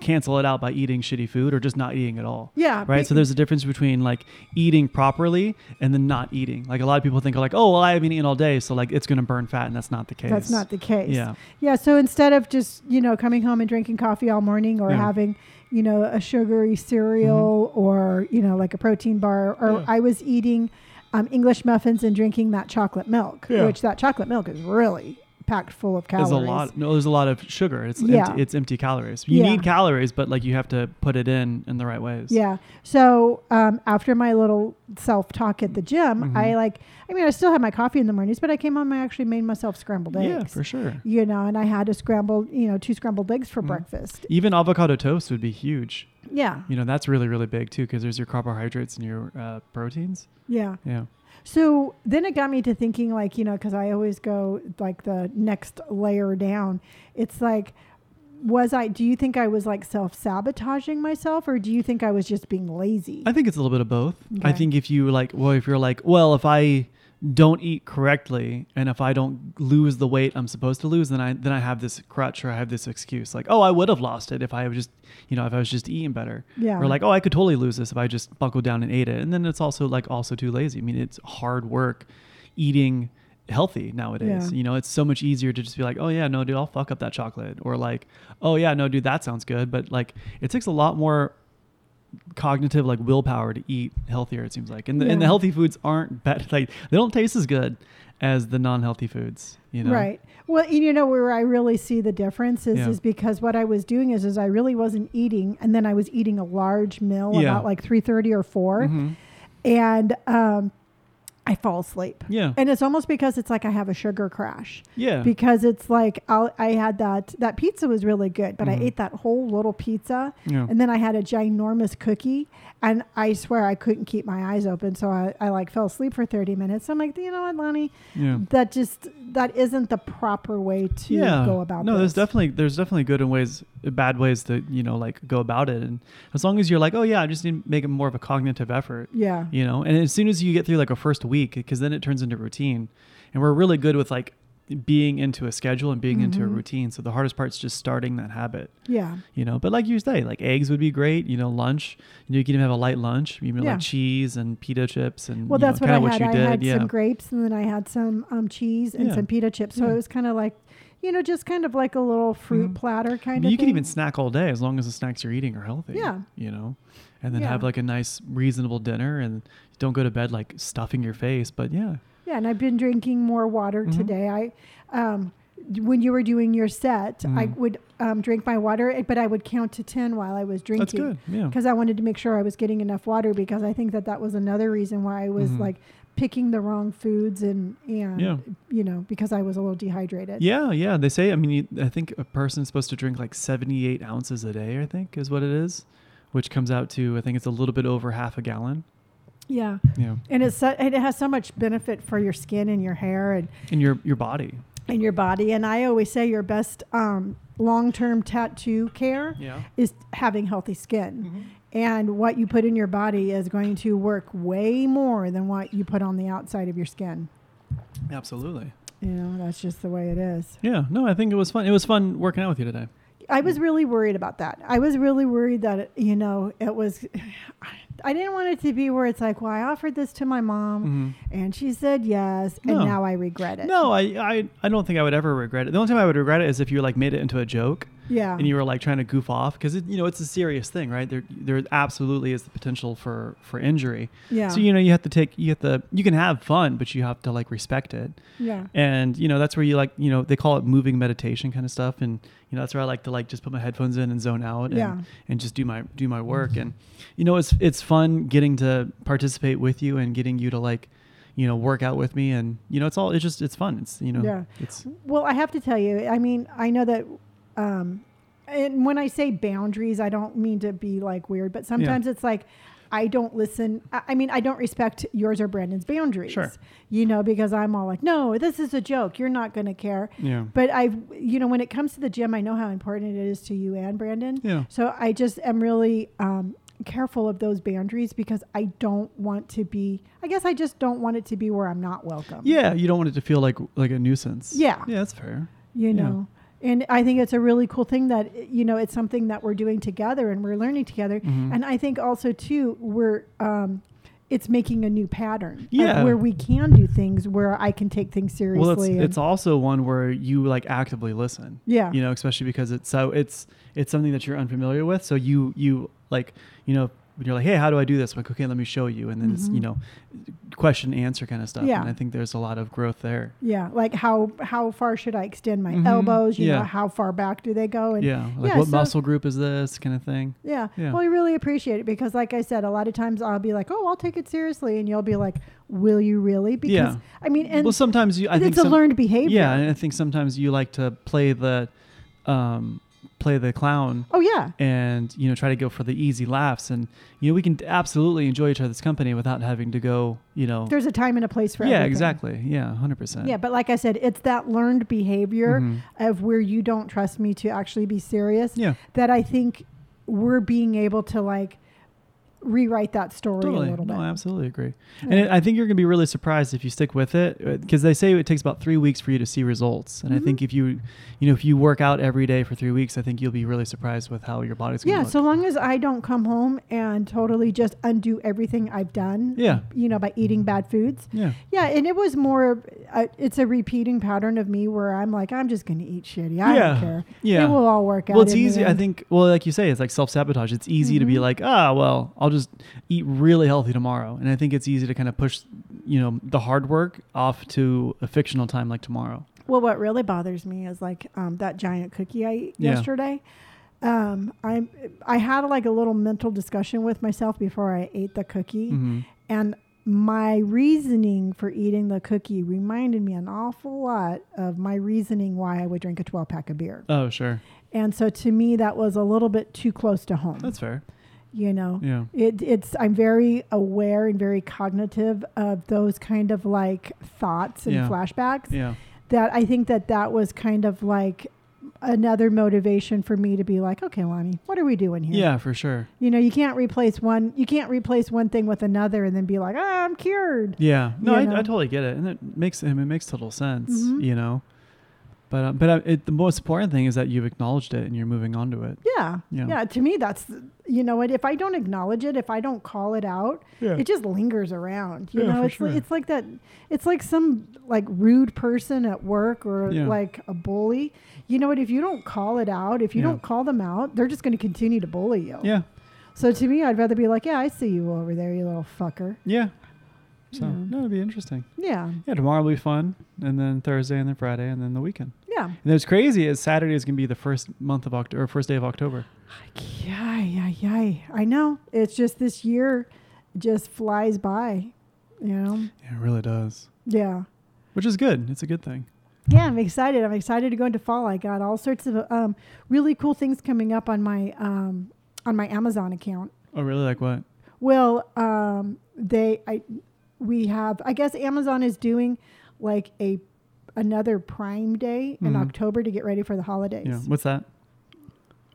S1: cancel it out by eating shitty food or just not eating at all.
S3: Yeah.
S1: right?
S3: be-
S1: So there's a difference between like eating properly and then not eating. Like a lot of people think like, oh, well, I haven't eaten all day, so like it's gonna burn fat, and that's not the case.
S3: That's not the case.
S1: Yeah.
S3: Yeah. So instead of just, you know, coming home and drinking coffee all morning or
S1: Yeah. Mm-hmm.
S3: having, you know, a sugary cereal or, you know, like a protein bar, or
S1: Yeah.
S3: I was eating um, English muffins and drinking that chocolate milk,
S1: Yeah.
S3: which that chocolate milk is really packed full of calories.
S1: There's a lot. No, there's a lot of sugar. It's
S3: Yeah.
S1: empty, it's empty calories. You
S3: Yeah.
S1: need calories, but like you have to put it in in the right ways.
S3: Yeah. So um, after my little self talk at the gym,
S1: Mhm.
S3: I like, I mean, I still had my coffee in the mornings, but I came home and I actually made myself scrambled eggs.
S1: yeah, for sure.
S3: You know, and I had a scrambled, you know, two scrambled eggs for
S1: Mhm.
S3: breakfast.
S1: Even avocado toast would be huge.
S3: Yeah.
S1: You know, that's really really big too, because there's your carbohydrates and your uh, proteins.
S3: Yeah.
S1: Yeah.
S3: So then it got me to thinking, like, you know, because I always go like the next layer down. It's like, was I, do you think I was like self sabotaging myself or do you think I was just being lazy?
S1: I think it's a little bit of both. I
S3: Okay.
S1: think if you like, well, if you're like, well, if I don't eat correctly and if I don't lose the weight I'm supposed to lose, then I then I have this crutch or I have this excuse like, oh, I would have lost it if I was just, you know, if I was just eating better.
S3: Yeah.
S1: Or like, oh, I could totally lose this if I just buckled down and ate it. And then it's also like also too lazy. I mean, it's hard work eating healthy nowadays.
S3: Yeah.
S1: You know, it's so much easier to just be like, oh yeah, no, dude, I'll fuck up that chocolate, or like, oh yeah, no, dude, that sounds good. But like, it takes a lot more cognitive like willpower to eat healthier it seems like and the, and the
S3: Yeah.
S1: healthy foods aren't bad like they don't taste as good as the non-healthy foods you know
S3: Right. Well, and you know where I really see the difference is,
S1: Yeah.
S3: is because what I was doing is, is I really wasn't eating, and then I was eating a large meal
S1: Yeah.
S3: about like three thirty or 4
S1: Mhm.
S3: and um, I fall asleep.
S1: yeah
S3: And it's almost because it's like I have a sugar crash.
S1: yeah
S3: because it's like I'll, I had that that pizza was really good, but
S1: Mhm.
S3: I ate that whole little pizza,
S1: yeah
S3: and then I had a ginormous cookie, and I swear I couldn't keep my eyes open, so I, I like fell asleep for thirty minutes. I'm like, you know what, Lonnie,
S1: yeah
S3: that just that isn't the proper way to
S1: yeah
S3: go about.
S1: no
S3: this.
S1: there's definitely there's definitely good and ways bad ways to you know like go about it and as long as you're like oh yeah i just need to make it more of a cognitive effort
S3: yeah,
S1: you know and as soon as you get through like a first week because then it turns into routine and we're really good with like being into a schedule and being into a
S3: Mhm.
S1: routine so the hardest part's just starting that habit
S3: yeah,
S1: you know but like you say like eggs would be great you know lunch you, know, you can even have a light lunch you know
S3: Yeah.
S1: like cheese and pita chips and
S3: Well,
S1: you know,
S3: that's what
S1: kinda
S3: I had.
S1: you
S3: I
S1: did
S3: had
S1: yeah
S3: some grapes, and then I had some um, cheese and
S1: Yeah.
S3: some pita chips. So
S1: Yeah. Mm-hmm.
S3: it was kind of like you know, just kind of like a little fruit platter
S1: I
S3: kind
S1: mean,
S3: of
S1: you can
S3: thing.
S1: even snack all day as long as the snacks you're eating are healthy.
S3: Yeah.
S1: You know, and then
S3: Yeah.
S1: have like a nice, reasonable dinner and don't go to bed like stuffing your face. But yeah.
S3: Yeah, and I've been drinking more water
S1: Mm-hmm.
S3: today. I, um, d- when you were doing your set, I
S1: Mhm.
S3: would um, drink my water, eh, but I would count to ten while I was drinking.
S1: That's good. Yeah.
S3: Because I wanted to make sure I was getting enough water because I think that that was another reason why I was
S1: Mhm.
S3: like picking the wrong foods and and
S1: Yeah.
S3: you know because I was a little dehydrated.
S1: Yeah, yeah. They say, I mean, you, I think a person is supposed to drink like 78 ounces a day, I think is what it is, which comes out to, I think it's a little bit over half a gallon.
S3: Yeah,
S1: Yeah.
S3: and it's so, and it has so much benefit for your skin and your hair and
S1: In your, your body.
S3: and your body. And I always say your best um, long term tattoo care
S1: Yeah.
S3: is having healthy skin. And what you put in your body is going to work way more than what you put on the outside of your skin.
S1: Absolutely.
S3: You know, that's just the way it is.
S1: Yeah. No, I think it was fun. It was fun working out with you today.
S3: I
S1: Mm.
S3: was really worried about that. I was really worried that, it, you know, it was, I didn't want it to be where it's like, well, I offered this to my mom
S1: Mhm.
S3: and she said yes,
S1: No.
S3: and now I regret it.
S1: No, I, I, I don't think I would ever regret it. The only time I would regret it is if you like made it into a joke
S3: Yeah.
S1: and you were like trying to goof off because you know it's a serious thing, right? There, there absolutely is the potential for for injury.
S3: yeah.
S1: So you know you have to take you have to you can have fun, but you have to like respect it.
S3: yeah.
S1: and you know that's where you like you know they call it moving meditation kind of stuff and you know that's where i like to like just put my headphones in and zone out and,
S3: Yeah.
S1: and just do my do my work and you know it's it's fun getting to participate with you and getting you to like you know work out with me and you know it's all it's just it's fun it's you know
S3: Yeah.
S1: it's
S3: Well, I have to tell you, I mean, I know that, um, and when I say boundaries, I don't mean to be like weird, but sometimes it's like, I don't listen. I I mean, I don't respect yours or Brandon's boundaries.
S1: Sure.
S3: You know, because I'm all like, no, this is a joke. You're not going to care.
S1: yeah
S3: But I've, you know, when it comes to the gym, I know how important it is to you and Brandon.
S1: Yeah.
S3: So I just am really um, careful of those boundaries because I don't want to be, I guess I just don't want it to be where I'm not welcome.
S1: yeah you don't want it to feel like like a nuisance
S3: Yeah.
S1: yeah that's fair
S3: you
S1: Yeah.
S3: know and i think it's a really cool thing that you know it's something that we're doing together and we're learning together
S1: Mhm.
S3: and i think also too we're um it's making a new pattern of
S1: Yeah.
S3: where we can do things where i can take things seriously
S1: well it's
S3: and-
S1: it's also one where you like actively listen
S3: yeah
S1: you know especially because it's so it's it's something that you're unfamiliar with so you you like you know when you're like hey how do i do this like okay let me show you and then it's you
S3: Mhm.
S1: know question answer kind of stuff
S3: Yeah.
S1: and i think there's a lot of growth there
S3: yeah like how how far should i extend my
S1: Mhm.
S3: elbows you
S1: Yeah.
S3: know how far back do they go and
S1: yeah like
S3: yeah,
S1: what
S3: so-
S1: muscle group is this kind of thing
S3: Yeah.
S1: Yeah.
S3: Well, I really appreciate it because, like I said, a lot of times I'll be like, "Oh, I'll take it seriously," and you'll be like, "Will you really?" Because
S1: Yeah.
S3: I mean, and
S1: well sometimes you i think
S3: it's a
S1: some-
S3: learned behavior.
S1: yeah and i think sometimes you like to play the um play the clown
S3: oh yeah.
S1: and you know try to go for the easy laughs and you know we can absolutely enjoy each other's company without having to go you know
S3: There's a time and a place for
S1: yeah
S3: everything.
S1: exactly yeah 100%
S3: Yeah, but like I said, it's that learned behavior
S1: Mhm.
S3: of where you don't trust me to actually be serious
S1: yeah
S3: that I think we're being able to like rewrite that story a little bit.
S1: No, I absolutely agree. And it, I think you're going to be really surprised if you stick with it because they say it takes about three weeks for you to see results.
S3: Mm-hmm.
S1: And I think if you, you know, if you work out every day for three weeks, I think you'll be really surprised with how your body's going to
S3: yeah,
S1: look.
S3: so long as I don't come home and totally just undo everything I've done,
S1: Yeah.
S3: you know, by eating bad foods.
S1: yeah.
S3: Yeah, and it was more, uh, it's a repeating pattern of me where I'm like, I'm just going to eat shitty. I
S1: Yeah,
S3: don't care.
S1: yeah.
S3: It will all work out.
S1: Well, it's
S3: in the
S1: easy. I
S3: end. Mm-hmm.
S1: think. Well, like you say, it's like self sabotage. It's easy to be like, ah, well, I'll just eat really healthy tomorrow. And I think it's easy to kind of push, you know, the hard work off to a fictional time like tomorrow.
S3: Well, what really bothers me is like um, that giant cookie I ate
S1: Yeah.
S3: yesterday. Um, I I had like a little mental discussion with myself before I ate the cookie,
S1: Mhm.
S3: and my reasoning for eating the cookie reminded me an awful lot of my reasoning why I would drink a 12 pack of beer.
S1: Oh, sure,
S3: And so to me, that was a little bit too close to home.
S1: that's fair.
S3: you know,
S1: Yeah.
S3: it, it's I'm very aware and very cognitive of those kind of like thoughts and
S1: Yeah.
S3: flashbacks
S1: Yeah.
S3: that I think that that was kind of like another motivation for me to be like, okay, Lonnie, what are we doing here?
S1: Yeah, for sure.
S3: You know, you can't replace one. You can't replace one thing with another and then be like, ah, I'm cured.
S1: Yeah. No,
S3: You
S1: I,
S3: know?
S1: I totally get it. And it makes I mean, it makes total sense,
S3: Mhm.
S1: you know. But um, but uh, it, the most important thing is that you've acknowledged it and you're moving on to it.
S3: Yeah.
S1: Yeah.
S3: Yeah. To me, that's, you know what? If I don't acknowledge it, if I don't call it out,
S1: Yeah.
S3: it just lingers around. You
S1: Yeah,
S3: know,
S1: for
S3: it's, li-
S1: sure.
S3: it's like that, it's like some like rude person at work or
S1: Yeah.
S3: like a bully. You know what? If you don't call it out, if you
S1: Yeah.
S3: don't call them out, they're just going to continue to bully you.
S1: Yeah,
S3: So to me, I'd rather be like, yeah, I see you over there, you little fucker.
S1: yeah. So
S3: Yeah.
S1: no, it'll be interesting.
S3: Yeah.
S1: Yeah, tomorrow will be fun, and then Thursday, and then Friday, and then the weekend.
S3: Yeah.
S1: And what's crazy is Saturday is gonna be the first month of October, or first day of October.
S3: Yeah, yeah, yeah. I know. It's just this year just flies by, you know?
S1: Yeah, it really does.
S3: Yeah.
S1: Which is good. It's a good thing.
S3: Yeah, I'm excited. I'm excited to go into fall. I got all sorts of um, really cool things coming up on my um, on my Amazon account.
S1: Oh, really? Like what?
S3: Well, um, they I we have I guess Amazon is doing like a another Prime Day in
S1: Mhm.
S3: October to get ready for the holidays.
S1: Yeah. What's that?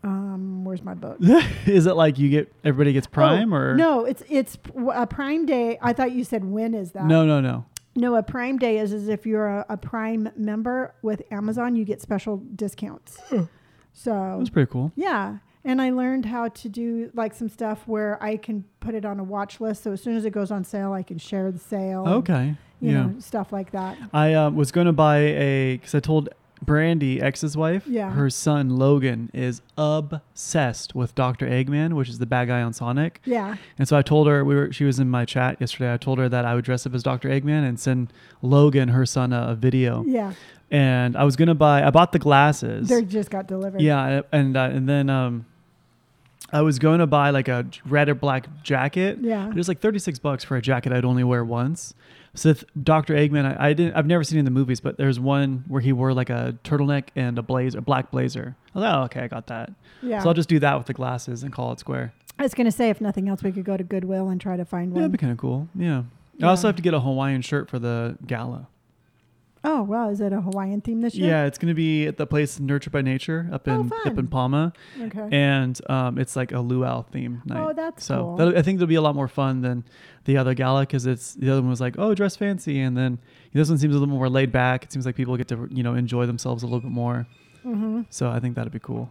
S3: Um, where's my book?
S1: is it like you get everybody gets prime
S3: Oh,
S1: or
S3: no? It's it's a Prime Day. I thought you said when is that?
S1: No, no, no.
S3: No, a Prime Day is is if you're a, a Prime member with Amazon, you get special discounts.
S1: That
S3: So
S1: was pretty cool.
S3: yeah, and I learned how to do like some stuff where I can put it on a watch list. So as soon as it goes on sale, I can share the sale. and,
S1: Okay.
S3: you
S1: yeah.
S3: know stuff like that.
S1: I uh, was going to buy a because I told Brandy, ex's wife,
S3: Yeah.
S1: her son Logan is obsessed with Doctor Eggman, which is the bad guy on Sonic.
S3: Yeah,
S1: And so I told her we were she was in my chat yesterday. I told her that I would dress up as Doctor Eggman and send Logan, her son, a, a video.
S3: yeah,
S1: And I was gonna buy. I bought the glasses.
S3: they just got delivered.
S1: Yeah, and uh, and then um, I was going to buy like a red or black jacket.
S3: Yeah.
S1: it was like thirty six bucks for a jacket I'd only wear once. So if Dr. Eggman, I, I didn't, I've never seen it in the movies, but there's one where he wore like a turtleneck and a blazer, black blazer. I was like, oh, okay, I got that.
S3: yeah.
S1: So I'll just do that with the glasses and call it square.
S3: I was gonna say if nothing else, we could go to Goodwill and try to find
S1: Yeah,
S3: one.
S1: that'd be kind of cool. Yeah.
S3: Yeah.
S1: I also have to get a Hawaiian shirt for the gala.
S3: oh wow, is it a Hawaiian theme this year?
S1: Yeah, it's gonna be at the place Nurtured by Nature up
S3: Oh,
S1: in up in
S3: fun.
S1: Palma.
S3: Yeah. Okay.
S1: and um, it's like a luau theme night.
S3: Oh, that's
S1: so
S3: cool.
S1: that'll- I think it'll be a lot more fun than the other gala because it's the other one was like, oh, dress fancy, and then this one seems a little more laid back. It seems like people get to you know enjoy themselves a little bit more.
S3: hmm
S1: So I think that'd be cool.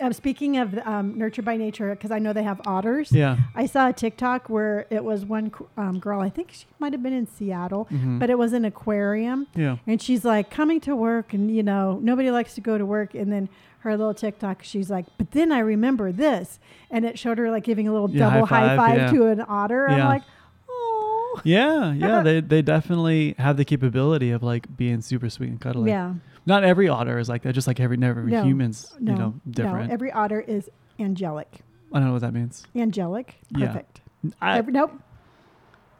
S3: Um, speaking of um, Nurture by Nature, because I know they have otters.
S1: Yeah.
S3: I saw a TikTok where it was one um, girl. I think she might have been in Seattle,
S1: Mhm.
S3: but it was an aquarium.
S1: Yeah.
S3: And she's like coming to work, and you know, nobody likes to go to work. And then her little TikTok, she's like, but then I remember this. And it showed her like giving a little
S1: Yeah,
S3: double
S1: high
S3: high
S1: five,
S3: five,
S1: yeah.
S3: to an otter. I'm
S1: Yeah.
S3: like, oh.
S1: Yeah, yeah, they they definitely have the capability of like being super sweet and cuddly.
S3: yeah.
S1: Not every otter is like that. Just like every never every
S3: No,
S1: humans,
S3: No,
S1: you know, different.
S3: no. Every otter is angelic.
S1: I don't know what that means.
S3: Angelic.
S1: Yeah.
S3: Perfect.
S1: I,
S3: Every, nope.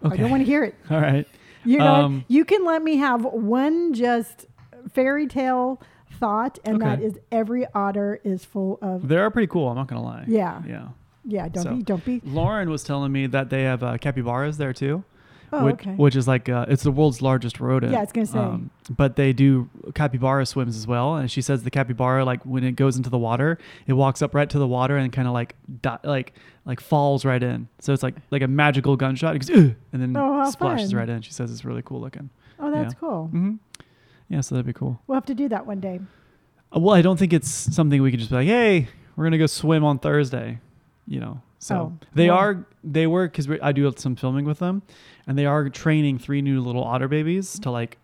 S3: I
S1: okay.
S3: don't want to hear it.
S1: All right.
S3: You know, what?
S1: Um,
S3: you can let me have one just fairy tale thought, and that
S1: Okay.
S3: is every otter is full of.
S1: They are pretty cool. I'm not gonna lie.
S3: Yeah, yeah.
S1: Yeah.
S3: don't
S1: So-
S3: be, don't be.
S1: Lauren was telling me that they have uh, capybaras there too,
S3: Oh,
S1: which,
S3: okay.
S1: which is like uh, it's the world's largest rodent. Um,
S3: Yeah, I was gonna say.
S1: but they do capybara swims as well, and she says the capybara like when it goes into the water, it walks up right to the water and kind of like di- like like falls right in. So it's like like a magical gunshot, it goes, "Ugh," and then
S3: Oh, how
S1: splashes
S3: fun.
S1: right in. She says it's really cool looking.
S3: oh, that's
S1: yeah.
S3: cool.
S1: hmm Yeah, so that'd be cool.
S3: We'll have to do that one day.
S1: Uh, well, I don't think it's something we can just be like, hey, we're gonna go swim on Thursday, you know. So
S3: Oh,
S1: they
S3: well-
S1: are they were because I do some filming with them, and they are training three new little otter babies to like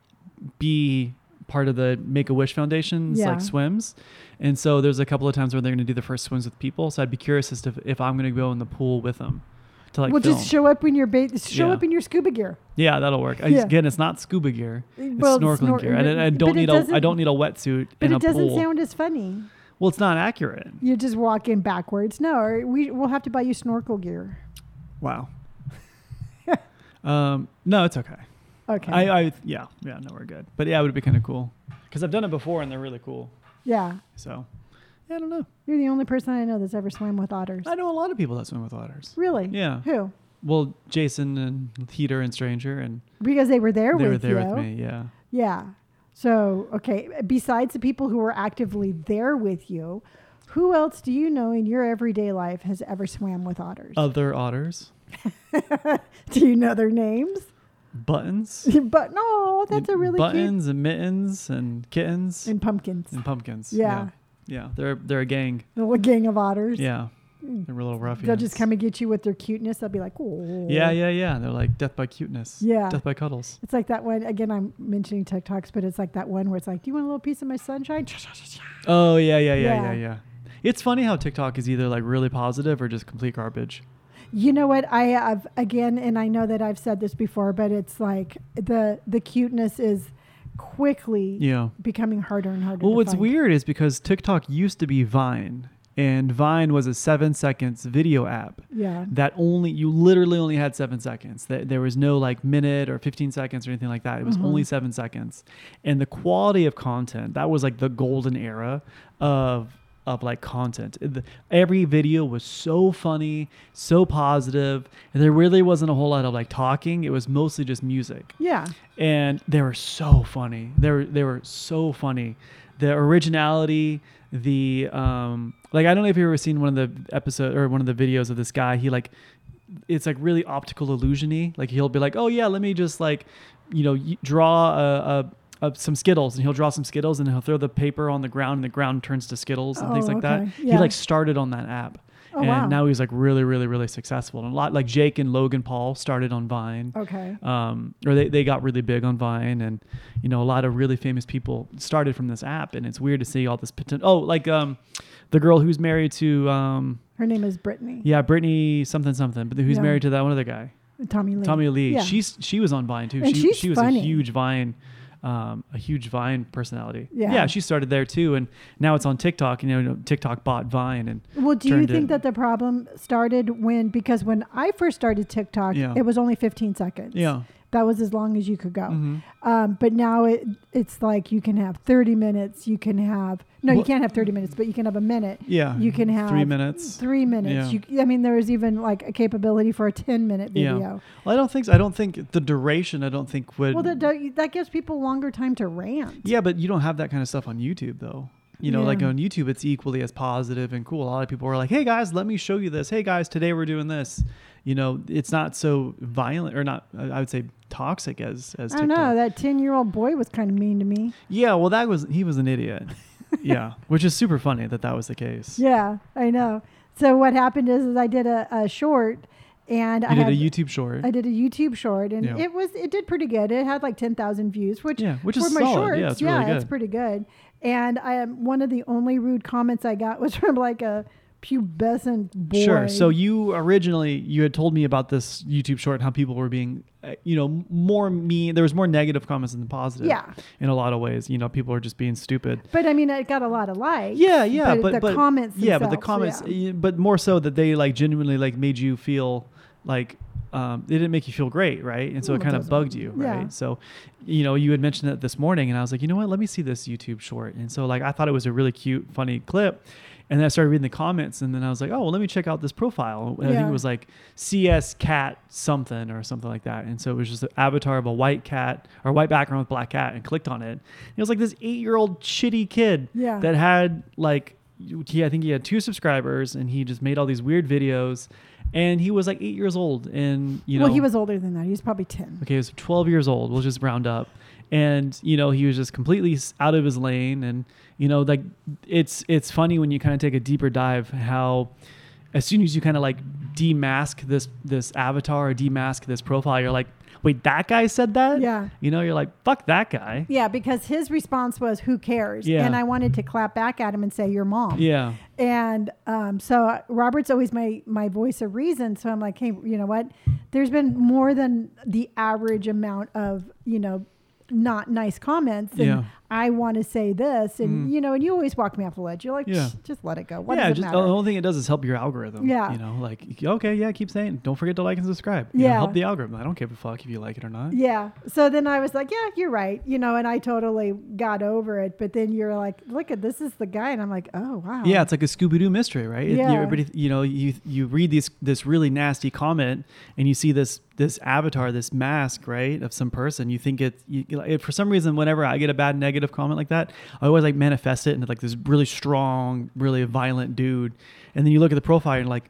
S1: be part of the Make a Wish Foundation's
S3: Yeah.
S1: like swims, and so there's a couple of times where they're gonna do the first swims with people. So I'd be curious as to if, if I'm gonna go in the pool with them to like
S3: we'll
S1: film.
S3: just show up in your ba- show
S1: Yeah.
S3: up in your scuba gear.
S1: yeah, that'll work. I-
S3: Yeah.
S1: Again, it's not scuba gear; it's
S3: Well,
S1: snorkeling
S3: snor-
S1: gear. I, I
S3: but
S1: don't
S3: it
S1: need a I
S3: doesn't-
S1: don't need a wetsuit
S3: But
S1: in a
S3: it doesn't
S1: pool.
S3: sound as funny.
S1: well, it's not accurate.
S3: You just walk in backwards. No, or we we'll have to buy you snorkel gear.
S1: Wow. um, no, it's okay.
S3: Okay.
S1: I, uh, I, yeah, yeah, no, we're good. But yeah, it would be kind of cool because I've done it before and they're really cool.
S3: yeah,
S1: So, yeah, I don't know.
S3: you're the only person I know that's ever swam with otters.
S1: I know a lot of people that swim with otters.
S3: really?
S1: Yeah.
S3: Who?
S1: Well, Jason and Heater and Stranger and
S3: Because they were there
S1: they
S3: with
S1: were there
S3: you.
S1: with me. Yeah.
S3: Yeah. So, okay, besides the people who were actively there with you, who else do you know in your everyday life has
S1: Uh,
S3: ever swam with otters?
S1: Other otters.
S3: do you know their names?
S1: buttons.
S3: but no, that's a really cute.
S1: buttons and mittens and kittens and,
S3: And pumpkins.
S1: pumpkins.
S3: Yeah.
S1: yeah, Yeah, They're they're a gang.
S3: The little gang of otters. Mm.
S1: Yeah, they're little ruffians.
S3: They'll just come and get you with their cuteness. They'll be like, oh.
S1: Yeah, yeah, yeah. They're like death by cuteness.
S3: Yeah.
S1: death by cuddles.
S3: It's like that one again. I'm mentioning TikToks, but it's like that one where it's like, "Do you want a little piece of my sunshine?"
S1: Oh yeah, yeah, yeah, yeah,
S3: Yeah.
S1: yeah. It's funny how TikTok is either like really positive or just complete garbage.
S3: You know what? I have again, and I know that I've said this before, but it's like the the cuteness is quickly
S1: Yeah.
S3: becoming harder and harder.
S1: Well,
S3: to
S1: what's
S3: find.
S1: weird is because TikTok used to be Vine, and Vine was a seven seconds video app
S3: Yeah.
S1: that only you literally only had seven seconds. That there was no like minute or fifteen seconds or anything like that. It was only seven seconds, and the quality of content that was like the golden era of of like content. It- the- Every video was so funny, so positive, and there really wasn't a whole lot of like talking. It was mostly just music
S3: Yeah.
S1: and they were so funny. They were they were so funny. The originality, the um, like I don't know if you have ever seen one of the episode or one of the videos of this guy. He like it's like really optical illusiony. Like he'll be like, oh yeah, let me just like you know y- draw a. a uh, some skittles and he'll draw some skittles and he'll throw the paper on the ground and the ground turns to skittles and things
S3: Oh,
S1: like
S3: okay.
S1: that he
S3: Yeah.
S1: like started on that app
S3: Oh,
S1: and
S3: wow.
S1: now he's like really really really successful and a lot like jake and logan paul started on vine
S3: Okay.
S1: um, or they, they got really big on Vine, and you know a lot of really famous people started from this app, and it's weird to see all this potential. Oh, like um, the girl who's married to um,
S3: Her name is Brittany.
S1: yeah, Brittany something something, but who's
S3: Yeah.
S1: married to that one other guy,
S3: Tommy Lee.
S1: Tommy Lee.
S3: Yeah.
S1: She's she was on Vine too.
S3: And
S1: she
S3: she's
S1: she was
S3: funny.
S1: a huge Vine. Um, a huge Vine personality.
S3: Yeah.
S1: yeah, she started there too, and now it's on TikTok. You know, TikTok bought Vine, and
S3: Well, do you
S1: turned
S3: think
S1: it-
S3: that the problem started when because when I first started TikTok,
S1: Yeah.
S3: it was only 15 seconds.
S1: Yeah. Mm-hmm.
S3: That was as long as you could go. Um, but now it it's like you can have 30 minutes, you can have No, you
S1: Well-
S3: can't have 30 minutes, but you can have a minute.
S1: yeah,
S3: You can have
S1: three minutes.
S3: 3 minutes.
S1: Yeah.
S3: You, I mean there is even like a capability for a 10 minute video.
S1: Yeah. Well, I don't think so. I don't think the duration. I don't think would.
S3: Well, that that that gives people longer time to rant.
S1: Yeah, but you don't have that kind of stuff on YouTube though. You know,
S3: Yeah.
S1: like on YouTube, it's equally as positive and cool. A lot of people are like, "Hey guys, let me show you this. Hey guys, today we're doing this." You know, it's not so violent or not. uh, I would say toxic as as
S3: I don't
S1: TikTok.
S3: know. That 10-year-old boy was kind of mean to me.
S1: yeah, well, that was he was an idiot. yeah, which is super funny that that was the case.
S3: Yeah, I know. So what happened is, is I did a, a short, and I
S1: you did
S3: had,
S1: a YouTube short.
S3: I did a YouTube short, and
S1: Yeah.
S3: it was it did pretty good. It had like ten thousand views, which
S1: Yeah, which
S3: for
S1: is
S3: my
S1: solid.
S3: shorts,
S1: Yeah, it's really
S3: it's
S1: good.
S3: pretty good. And I am one of the only rude comments I got was from like a pubescent boy.
S1: Sure. So you originally you had told me about this YouTube short and how people were being, uh, you know, m- more mean. There was more negative comments than positive.
S3: Yeah.
S1: In a lot of ways, you know, people are just being stupid.
S3: but I mean, it got a lot of likes.
S1: Yeah, yeah, but
S3: the
S1: but-
S3: comments.
S1: Yeah, but the
S3: themselves,
S1: comments,
S3: yeah.
S1: y- but more so that they like genuinely like made you feel like um, they didn't make you feel great, right? And so
S3: Well,
S1: it
S3: it
S1: kind of
S3: doesn't.
S1: bugged you, right?
S3: Yeah.
S1: So, you know, you had mentioned that this morning, and I was like, you know what? Let me see this YouTube short. And so, like, I thought it was a really cute, funny clip. And then I started reading the comments, and then I was like, "Oh, well, let me check out this profile." And I think
S3: Yeah.
S1: it was like CS cat something or something like that. And so it was just an avatar of a white cat or white background with black cat, and clicked on it. And it was like this eight-year-old shitty kid
S3: Yeah.
S1: that had like he I think he had two subscribers and he just made all these weird videos and he was like eight years old and you know
S3: well, he was older than that. He was probably ten.
S1: okay he was 12 years old we'll just round up and you know he was just completely s- out of his lane and you know like it's it's funny when you kind of take a deeper dive how as soon as you kind of like demask this this avatar or demask this profile you're like wait that guy said that
S3: Yeah.
S1: you know you're like fuck that guy
S3: Yeah, because his response was, "Who cares?"
S1: Yeah.
S3: And I wanted to clap back at him and say, "Your mom."
S1: yeah
S3: And um, so Robert's always my my voice of reason. So I'm like, hey, you know what? There's been more than the average amount of you know not nice comments, and
S1: Yeah. Mm.
S3: I want to say this, and you know, and you always walk me off the ledge. You're like,
S1: Yeah.
S3: "Psh, just let it go. What
S1: yeah,
S3: does it
S1: just oh,
S3: matter?
S1: the only thing it does is help your algorithm.
S3: Yeah.
S1: You know, like okay, yeah, keep saying, don't forget to like and subscribe. You know,
S3: Yeah.
S1: help the algorithm. I don't give a fuck if you like it or not.
S3: Yeah. So then I was like, yeah, you're right. You know, and I totally got over it. But then you're like, look at this is the guy. And I'm like, oh, wow.
S1: Yeah, it's like a Scooby Doo mystery, right? It-
S3: Yeah.
S1: You, everybody, you know, you you read these this really nasty comment, and you see this this avatar, this mask, right, of some person. You think it, you, you know, it for some reason. Whenever I get a bad negative comment like that, I always like manifest it into like this really strong, really violent dude, and then you look at the profile and you're like,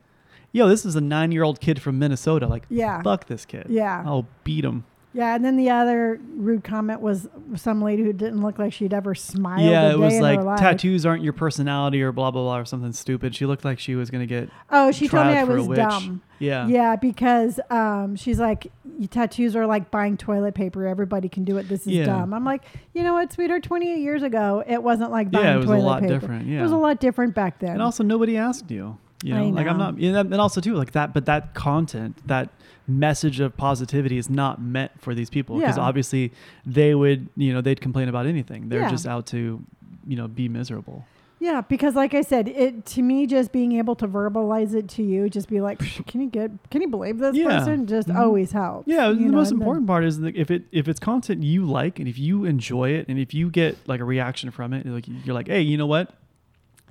S1: yo, this is a nine year old kid from Minnesota. Like,
S3: Yeah.
S1: fuck this kid.
S3: Yeah.
S1: I'll beat him.
S3: Yeah, and then the other rude comment was some lady who didn't look like she'd ever smiled. a
S1: yeah,
S3: day
S1: it was
S3: in her
S1: like
S3: life.
S1: tattoos aren't your personality or blah blah blah or something stupid. She looked like she was gonna get
S3: Oh, she told me
S1: tried
S3: I
S1: for a
S3: was
S1: witch.
S3: dumb.
S1: yeah.
S3: Yeah, because um, she's like, "You tattoos are like buying toilet paper. Everybody can do it. This is
S1: Yeah.
S3: dumb. I'm like, you know what, sweetheart? 28 years ago, it wasn't like
S1: Yeah,
S3: buying
S1: it was a
S3: toilet
S1: lot
S3: paper.
S1: different, yeah.
S3: It was a lot different back then.
S1: And also nobody asked you. You
S3: I
S1: know, like I'm
S3: know.
S1: not and that- and also too like that but that content, that message of positivity is not meant for these people because
S3: Yeah.
S1: obviously they would, you know, they'd complain about anything. They're
S3: Yeah.
S1: just out to, you know, be miserable.
S3: yeah, because like I said, it to me just being able to verbalize it to you, just be like, "Psh, can you get, can you believe this
S1: Yeah.
S3: person? Just
S1: Mhm.
S3: always helps.
S1: Yeah,
S3: you
S1: the
S3: know,
S1: most
S3: and then-
S1: important part is that if it if it's content you like and if you enjoy it and if you get like a reaction from it, like you're like, hey, you know what?